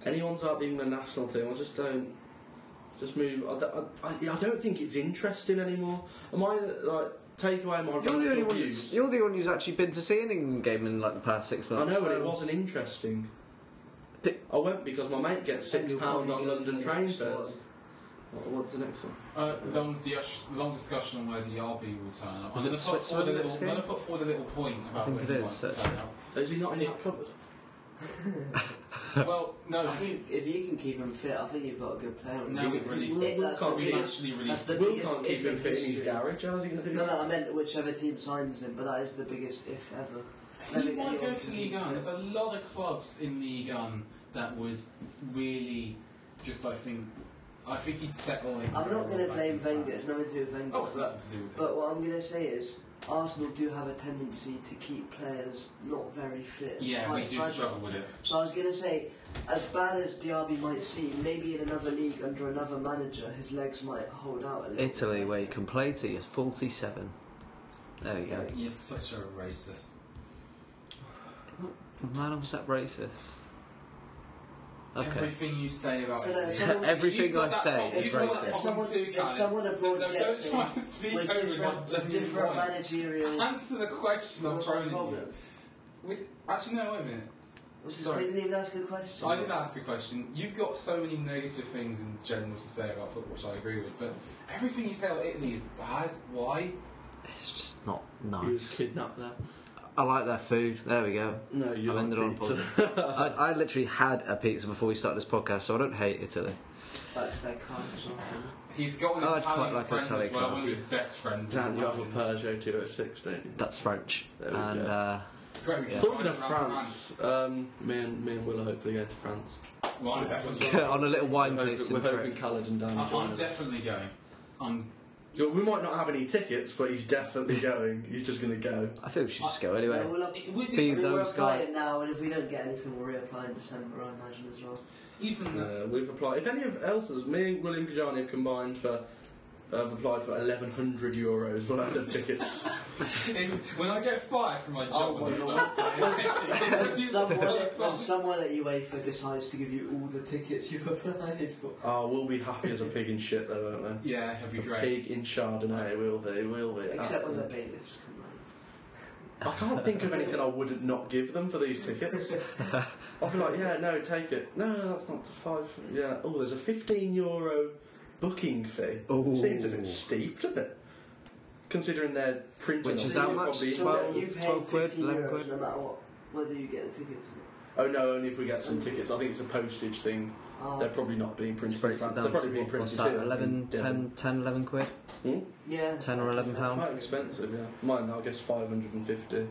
A: anyone's about the England national team, I just don't. Just move. I, don't- I, I don't think it's interesting anymore. Am I like take away my?
B: you're the only
A: radical
B: one.
A: views?
B: Who's, you're the only who's actually been to see an England game in like the past six
A: I
B: months.
A: know, but it
B: so-
A: wasn't interesting.
B: Pi-
A: I went because my mate gets six pound on London train fares. What- What's the next one?
C: Uh, long, di- long discussion on where DRB will turn up.
B: Was
C: I'm
B: it
C: going to put forward a
B: Switzerland
C: little.
B: next
C: I'm going to
B: game?
C: put forward a little point about
B: think
C: where
B: it
C: he
B: is,
C: wants to
B: actually.
C: turn up.
A: Is he not in that cupboard?
C: Well, no,
D: I think if you can keep him fit, I think you've got a good player. on
C: No,
D: the-
C: we've released
A: it.
D: That's the
A: Can't
C: we
D: biggest-
C: actually
D: that's
C: released.
D: the
A: Will
D: biggest
A: can't keep
D: if
A: him fit in his
D: history.
A: garage. How's he going to do
D: No, no, I
A: that?
D: meant whichever team signs him, but that is the biggest if ever. I
C: He
D: think
C: might go
D: anyone
C: to
D: can
C: League
D: keep
C: One.
D: fit.
C: There's a lot of clubs in League One that would really just, I think, I think he'd settle in. Oh,
D: I'm not going to blame
C: Wenger.
D: Wenger. It's nothing to do with Wenger.
C: Oh, it's nothing to do with it.
D: But what I'm going to say is, Arsenal do have a tendency to keep players not very fit.
C: Yeah, we
D: Quite
C: do
D: fragile.
C: struggle with it.
D: So I was going to say, as bad as Diaby might seem, maybe in another league under another manager, his legs might hold out a little.
B: Italy,
D: bit.
B: where you can play till you're 47. There you go.
C: You're such a racist.
B: Man, I'm that racist. Okay.
C: Everything you say about
D: So no,
C: it.
D: so no,
B: Everything
C: You've got
B: I
C: that
B: say
C: problem.
B: is
C: You've got that
D: If
B: racist.
D: someone,
C: Two
D: if
C: guys.
D: someone abroad
C: Don't-
D: gets
C: don't
D: it,
C: try and speak
D: with
C: over
D: different,
C: my
D: with
C: genuine
D: different
C: voice.
D: managerial.
C: Answer the question I'm
D: What's the
C: throwing at you.
D: problem?
C: With, actually, no, wait a minute.
D: What's his-
C: Sorry.
D: They didn't even ask a question.
C: I did ask a question. You've got so many negative things in general to say about football, which I agree with, but everything you say about Italy is bad. Why?
B: It's just not
A: He was
B: nice.
A: Ah, kidnapped there.
B: I like their food. There we go.
A: No, you
B: I've
A: like
B: ended on a
A: pizza.
B: I, I literally had a pizza before we started this podcast, so I don't hate Italy.
D: That's their class or something.
C: He's got an
B: Oh, I'd quite
C: Italian
B: like an
C: friend
B: Italian
C: as well,
B: car.
C: one of his best friends.
A: Dan, you have a
C: Italian.
A: Peugeot 216.
B: That's French.
A: There we
B: and
A: go.
B: uh,
C: Great, we can
A: Talking
C: drive
A: of
C: around
A: France, um, me and me and Will are hopefully going to France.
C: France. Well, I'm definitely going.
B: uh, on a little wine
A: We're hoping-
B: tasting
A: We're hoping
B: trip.
A: Khaled and Danny
C: I-
A: join
C: I'm
A: us.
C: definitely going. I'm,
A: Yeah, we might not have any tickets, but he's definitely going. He's just going to go.
B: I think we should just go anyway.
D: Yeah, we'll up-
C: it would-
D: I
B: Be
D: mean, we're
B: those guys.
D: applying now, and if we don't get anything, we'll reapply in December, I imagine, as well.
C: even
A: Uh, we've applied. If any of else, is- me and William Gajani have combined for. I've applied for 1,100 euros worth of tickets.
C: It's, when I get fired from my job
D: Oh,
C: on the
D: my
C: first day, it's- it's
D: When
C: reduced
D: someone,
C: to
D: when
C: five.
D: someone at UEFA decides to give you all the tickets you applied for.
A: Oh, we'll be happy as a pig in shit, though, won't we?
C: Yeah, it'd be
A: A
C: great.
A: pig in Chardonnay, will be, will be. Ah,
D: Except when the bailiffs come round.
A: I can't think of anything I wouldn't not give them for these tickets. I'd be like, yeah, no, take it. No, that's not five. Yeah. Oh, there's a 15 euro booking fee.
B: Ooh.
A: Seems a bit steep, doesn't it? Considering their printing.
B: Which is
A: office
B: how
A: is
B: much?
A: probably-
D: So
B: Twelve-
D: that you pay
B: twelve quid,
D: 15
B: eleven
D: euros
B: quid.
D: No matter what, whether you get the tickets or not.
A: Oh no, only if we get some tickets. I think it's a postage thing.
D: Oh.
A: They're probably not being printed. in
B: Breaks
A: France.
B: it
A: They're
B: down
A: probably
B: to
A: being
B: what,
A: printed
B: what's that?
A: here in
B: 11,
A: Devon.
B: 10, 10, 11 quid?
D: yeah,
B: 10 or 11 pound.
A: Quite expensive, yeah. Mine, I guess, 550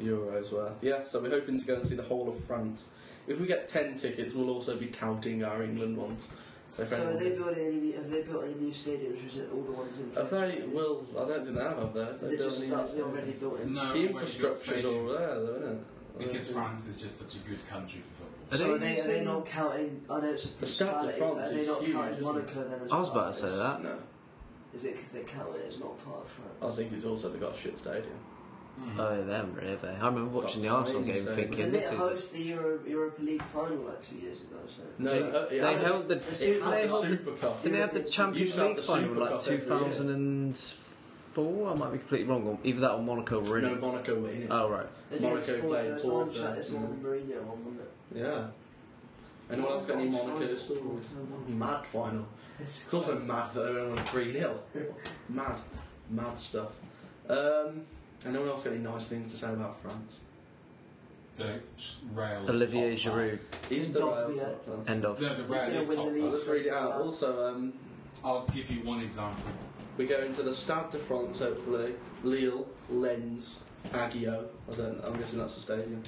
A: euros worth. Yeah, so we're hoping to go and see the whole of France. If we get 10 tickets, we'll also be touting our England ones. So if
D: So have
A: anyone-
D: they built any? new- Have they built any new stadiums? Or is it all the ones in?
A: Have they? Well, I don't think they have, have they? Have they
D: Is it just
A: built
D: stuff
A: any-
D: they already built in?
C: No,
A: The
C: already got
A: infrastructure's
C: space.
A: all there, though, isn't it? I don't
C: Because
A: think-
C: France is just such a good country for football.
B: Are
D: So
B: they
D: are they, are they
B: using-
D: not counting? I know it's a
A: The Stade de
D: principality,
A: France
D: but are they
A: is
D: not
A: huge,
D: counting
A: isn't
D: Monaco then as
B: I was
D: well?
B: about to say
D: Is-
B: that.
A: No,
D: Is it because they count it as not part of France?
A: I think it's also they got a shit stadium.
C: Mm.
B: Oh, them, really. I remember watching the
A: Got
B: Arsenal
A: tiny
B: game
A: stadium.
B: thinking,
D: And
B: this
D: it
B: is. a-
D: hosts the Euro, Europa League final like two years ago. So.
A: No,
B: They-
A: uh, it
B: they
A: has-
B: held the-
A: it
D: they
A: had the
D: held
B: the-
A: Super Cup.
B: Didn't they have the Champions
A: used to have
B: League
A: the
B: final
A: Super
B: like
A: Cup every year.
B: 2004? I might be completely wrong. Or Either that or Monaco were in
A: No,
B: it.
A: Monaco were in it.
B: Oh, right.
D: Is it
A: Monaco
D: Porto?
A: played
D: It's the one,
A: Porto.
D: cha- it's the one Mourinho one, wasn't it?
A: Yeah. Anyone else got any Monaco stories? Mad final. It's also mad that they're on 3 0. mad. Mad stuff. Um, anyone else got any nice things to say about France?
C: The rail.
B: Olivier
C: top class.
A: Is the
D: Not
A: rail
D: yet.
A: top class?
B: End of.
C: No, the
D: He's
C: rail
D: gonna
C: is
D: win
C: top
A: I'll
D: the
C: class.
D: league.
A: just read it out. Also, um,
C: I'll give you one example.
A: we're going to the Stade de France, hopefully. Lille, Lens, Agio. I don't I'm guessing that's the stadium.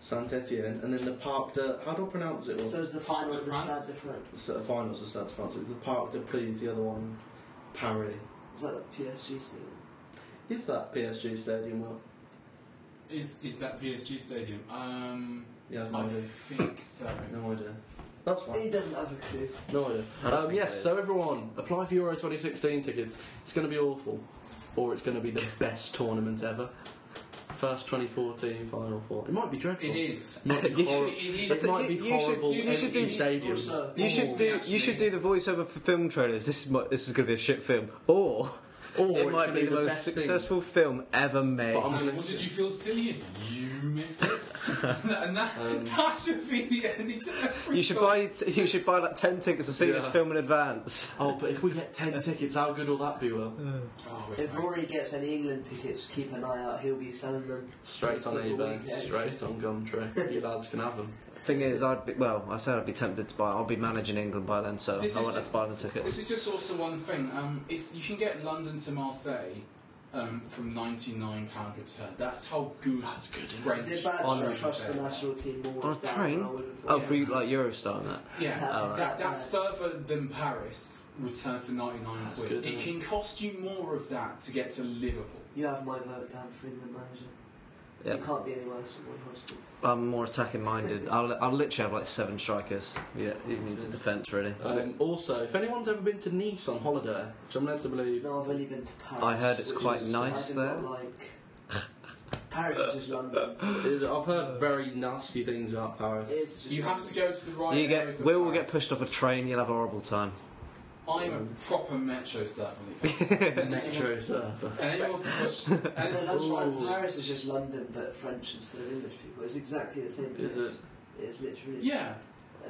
A: Saint Etienne. And then the Parc de. How do I pronounce it? all?
D: So is the
C: Part of
D: final of the
C: France?
D: Stade de France?
A: The set of finals of Stade de France. The Parc de Please, the other one, Paris.
D: Is that the PSG stadium?
A: Is that PSG stadium? What?
C: Is is that PSG stadium? Um,
A: Yeah, I have no
B: Oh.
C: I
A: idea.
C: think so.
A: No idea. That's fine.
D: He doesn't have a clue.
A: No idea.
B: I don't
A: Um,
B: think it
A: yes,
B: is.
A: so everyone, apply for Euro 2016 tickets. It's going to be awful, or it's going to be the best tournament ever. First 2014 Final Four. It might be dreadful.
C: It is.
A: Might be
B: You should-
A: horrible.
C: It
A: It
C: is.
B: Listen,
A: might be
B: you- you should-
A: horrible
C: you should
A: empty
C: do-
A: stadiums.
D: Also-
B: You
C: Oh,
B: should do. You
C: actually-
B: should do the voiceover for film trailers. This is my, this is going to be a shit film, or,
A: Or
B: it
A: it's
B: might
A: gonna
B: be the most
A: best thing.
B: successful film ever made.
A: But I'm-
C: And wouldn't you feel silly if you missed it? and that,
A: Um,
C: that should be the ending to every
B: You should
C: film.
B: buy. T- you should buy like ten tickets to see this
A: Yeah.
B: film in advance.
A: Oh, but if we get 10 tickets, how good will that be, Will?
C: Oh, wait,
D: If
C: wait.
D: Rory gets any England tickets, keep an eye out. He'll be selling them.
A: Straight on eBay,
D: Yeah.
A: straight on Gumtree. You lads can have them.
B: Thing is, I'd be well. I said I'd be tempted to buy. I'll be managing England by then, so
C: This
B: I
C: is
B: won't have
C: ju-
B: to buy the
C: This
B: tickets.
C: is just also one thing. Um, it's, you can get London to Marseille um, from ninety nine pound return. That's how good
A: That's good, isn't it?
C: French
D: Is it bad to
C: honorary
D: trust the
C: fare.
D: national team more?
B: On a
D: than
B: train?
D: I would have thought?
B: Oh, for you like Eurostar and that.
C: Yeah,
D: Oh,
C: that,
D: right.
C: that's further than Paris. Return for ninety nine
A: That's
C: quid.
A: good,
C: it
A: isn't
C: can cost you more of that to get to Liverpool.
D: You have my vote down for England manager.
B: Yep.
D: You can't be any worse than Roy Hodgson.
B: I'm more attacking minded. I'll, I'll literally have like seven strikers. Yeah, even into defence really.
A: Um, also, if anyone's ever been to Nice on holiday, which I'm led to believe,
D: No, I've only been to Paris.
B: I heard it's
D: which
B: quite
D: is-
B: nice
D: I did
B: there.
D: Not like Paris is just London.
A: is- I've heard very nasty things about Paris.
D: It's just
C: You have to go to the right
B: You
C: areas
B: get
C: of
B: Will will get
C: Paris.
B: pushed off a train. You'll have a horrible time.
C: I'm a proper metro surfer. when it comes to this.
A: Metro surfer.
C: And anyone wants to push.
D: No,
C: anyone
D: that's
C: wants to try
D: right.
C: and-
D: Paris is just London, but French instead of English people. It's exactly the same.
A: Is
D: place. It's literally.
C: Yeah,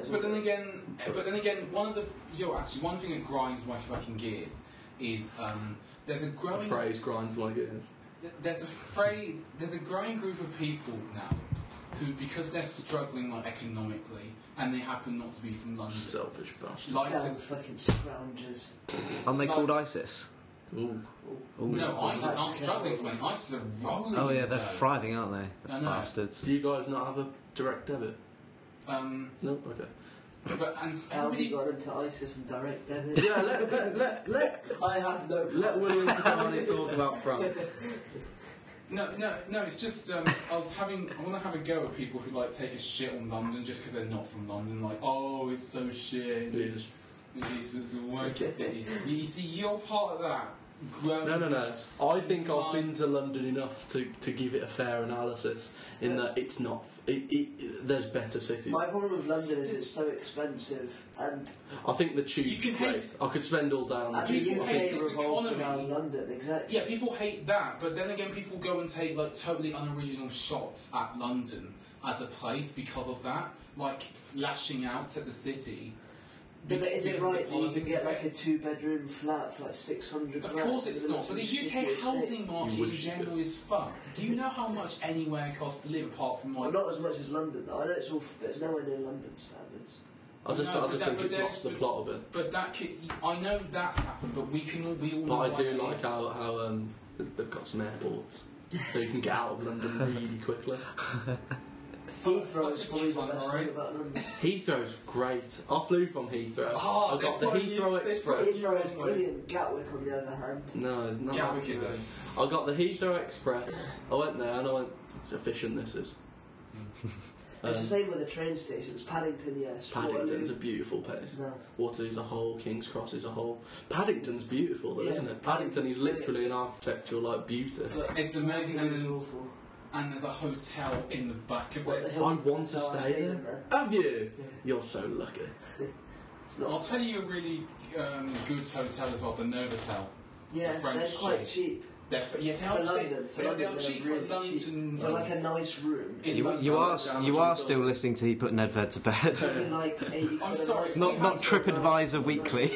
D: As
C: but then
D: well.
C: again, but then again, one of the yo actually one thing that grinds my fucking gears is um, there's a
A: The
C: growing
A: phrase grinds my gears.
C: there's a phrase, there's a growing group of people now who because they're struggling like economically and they happen not to be from London
A: Selfish bastard.
C: like
D: Damn
C: to
D: fucking scroungers.
B: Aren't they
C: No.
B: called ISIS?
A: Ooh.
B: Ooh.
C: no ISIS aren't struggling for money ISIS are rolling
B: Oh yeah,
C: in the
B: they're
C: dough.
B: thriving, aren't they?
C: I know.
B: Bastards.
A: Do you guys not have a direct debit?
C: um
A: No? Okay.
C: but and
D: How we
C: everybody
D: got into ISIS and direct debit?
A: Yeah, let, let, let, let,
D: I have no.
A: let William Cavani talk about France.
C: No, no, no. It's just um, I was having. I want to have a go at people who like take a shit on London just because they're not from London. Like, oh, it's so shit.
A: Yeah.
C: It's, it's, it's a wanky city. You, you see, you're part of that. growing
A: No, no, no. I think I've
C: smug-
A: been to London enough to, to give it a fair analysis. In
D: Yeah.
A: that it's not, it, it, there's better cities.
D: My problem with London is it's so expensive, and,
A: I think the tube.
C: You can
A: great. I could spend all day on the
D: and
A: tube.
D: the
C: people
D: UK
C: hate this
D: revolves
C: economy.
D: around London. Exactly.
C: Yeah, people hate that, but then again, people go and take like totally unoriginal shots at London as a place because of that, like flashing out at the city.
D: Yeah, but is
C: because
D: it
C: of the
D: right that you can
C: politics
D: get
C: of
D: like
C: it.
D: a two-bedroom flat for like six hundred?
C: Of course it's not, but the UK housing market
A: You
C: in
A: wish you
C: general is fucked. Do you know how much anywhere costs to live apart from
D: Well,
C: like...
D: not as much as London. though. I know it's awful, but it's nowhere near London standards.
A: I just,
C: No,
A: I just think
C: but that-
A: it's
C: but
A: lost the
C: there's-
A: plot of it.
C: But that could, I know that's happened, but we can all, we all know
A: But I
C: why
A: do
C: it
A: like
C: is.
A: how, how um, they've got some airports, so you can get out of London really quickly.
C: Su-
D: Heathrow is
C: such a
D: probably the
C: cunt,
D: best thing
C: alright?
D: about London.
A: Heathrow's great. I flew from Heathrow.
C: Oh,
A: I got the
C: they've got a new-
A: Heathrow
C: they've
A: Express.
D: Heathrow is brilliant. Gatwick, on the other hand,
A: No, it's not.
C: Gatwick is
A: happening.
C: a-
A: I got the Heathrow Express. I went there and I went, it's efficient this is. Um,
D: it's the same with the train stations. Paddington, yes.
A: Paddington's a
D: Waterloo,
A: beautiful place.
D: no.
A: Waterloo's a whole, King's Cross is a whole. Paddington's beautiful though,
D: Yeah.
A: isn't it? Paddington is literally an architectural like beauty.
C: It's amazing, and
D: It's
C: there's,
D: awful.
C: and there's a hotel in the back of
D: What the
C: it.
D: hell?
A: I want to
D: No,
A: stay
D: I stayed
A: there.
D: in there.
A: Have you?
D: Yeah.
A: You're so lucky.
D: It's
C: I'll
D: not-
C: tell you a really um, good hotel as well, the Novotel.
D: Yeah,
C: French
D: they're quite
C: shape.
D: cheap
C: They're, f- yeah,
D: for
C: they're,
D: London.
C: cheap,
D: For
C: they're,
D: London,
C: they're cheap
D: really
C: for London.
D: cheap. For like a nice room.
C: In
B: You,
C: London,
B: you are
C: down
B: you
C: to
B: are
C: the-
B: still listening to he put Nedved to bed.
D: Something like a-
C: I'm sorry,
B: Not-
D: Yeah.
B: not TripAdvisor Weekly.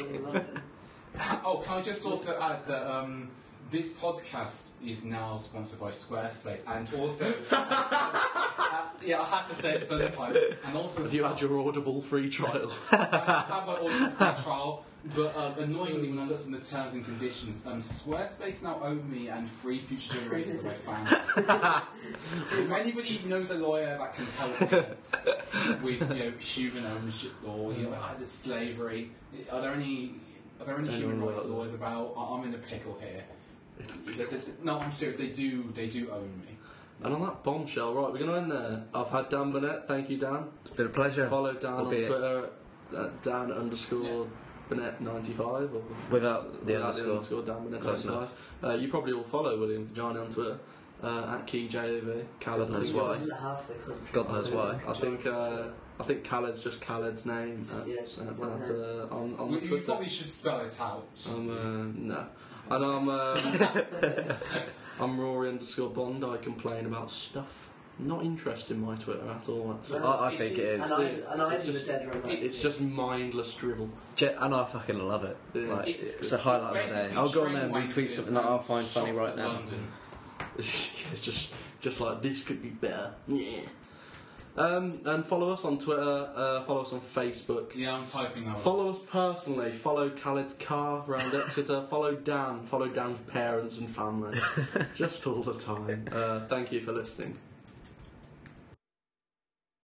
C: Oh, can I just also add that um, this podcast is now sponsored by Squarespace, and also, Uh, yeah, I had to say it sometime, and also
A: Have you had your Audible free trial?
C: I had my audio free trial. But um, annoyingly, when I looked in the terms and conditions, um, Squarespace now owe me and free future generations of my family. if anybody knows a lawyer that can help me with you know, human ownership law, you know, is it slavery? Are there any are there any human
A: Anyone
C: rights
A: like that?
C: laws about? I- I'm in a pickle here. They- they- they- No, I'm serious. They do they do own me.
A: and on that bombshell, right, we're going to end there. I've had Dan Burnett. Thank you, Dan.
B: It's been a pleasure.
A: Follow Dan on
B: Albeit-
A: Twitter at uh, Dan underscore Burnett ninety five or
B: Without the underscore.
A: Dan Burnett
B: Close
A: ninety five. Uh, you probably all follow William Johnny on Twitter uh, at KeyJAV. Khaled
B: knows
A: underscore.
B: why. God knows why.
A: I think uh, I think Khaled's just Khaled's name at,
D: Yes.
A: at, at, uh, on, on
C: We, we
A: Twitter.
C: probably should spell it out.
A: I'm uh, no, and I'm um, I'm Rory underscore Bond. I complain about stuff. Not interested in my Twitter at all. Actually.
D: No.
B: I, I think it
D: And
B: is.
D: I,
A: it's-
D: and I
A: it's
D: am the
A: just-
D: dead romantic.
A: It's just mindless drivel.
B: Je- and I fucking love it.
A: Yeah.
B: Like,
C: It's-
B: it's, a highlight of
C: It's
B: my day.
C: basically
B: I'll go on there and
C: train
B: retweet
C: wankers
B: something that I
C: and
B: find funny
C: shots
B: right
C: at
B: now.
C: London.
A: it's just just like this could be better. Yeah. Um, and follow us on Twitter. Uh, follow us on Facebook.
C: Yeah, I'm typing that. one.
A: Follow us personally. Follow Khaled's car round Exeter. follow Dan. Follow Dan's parents and family. just all the time. Uh, thank you for listening.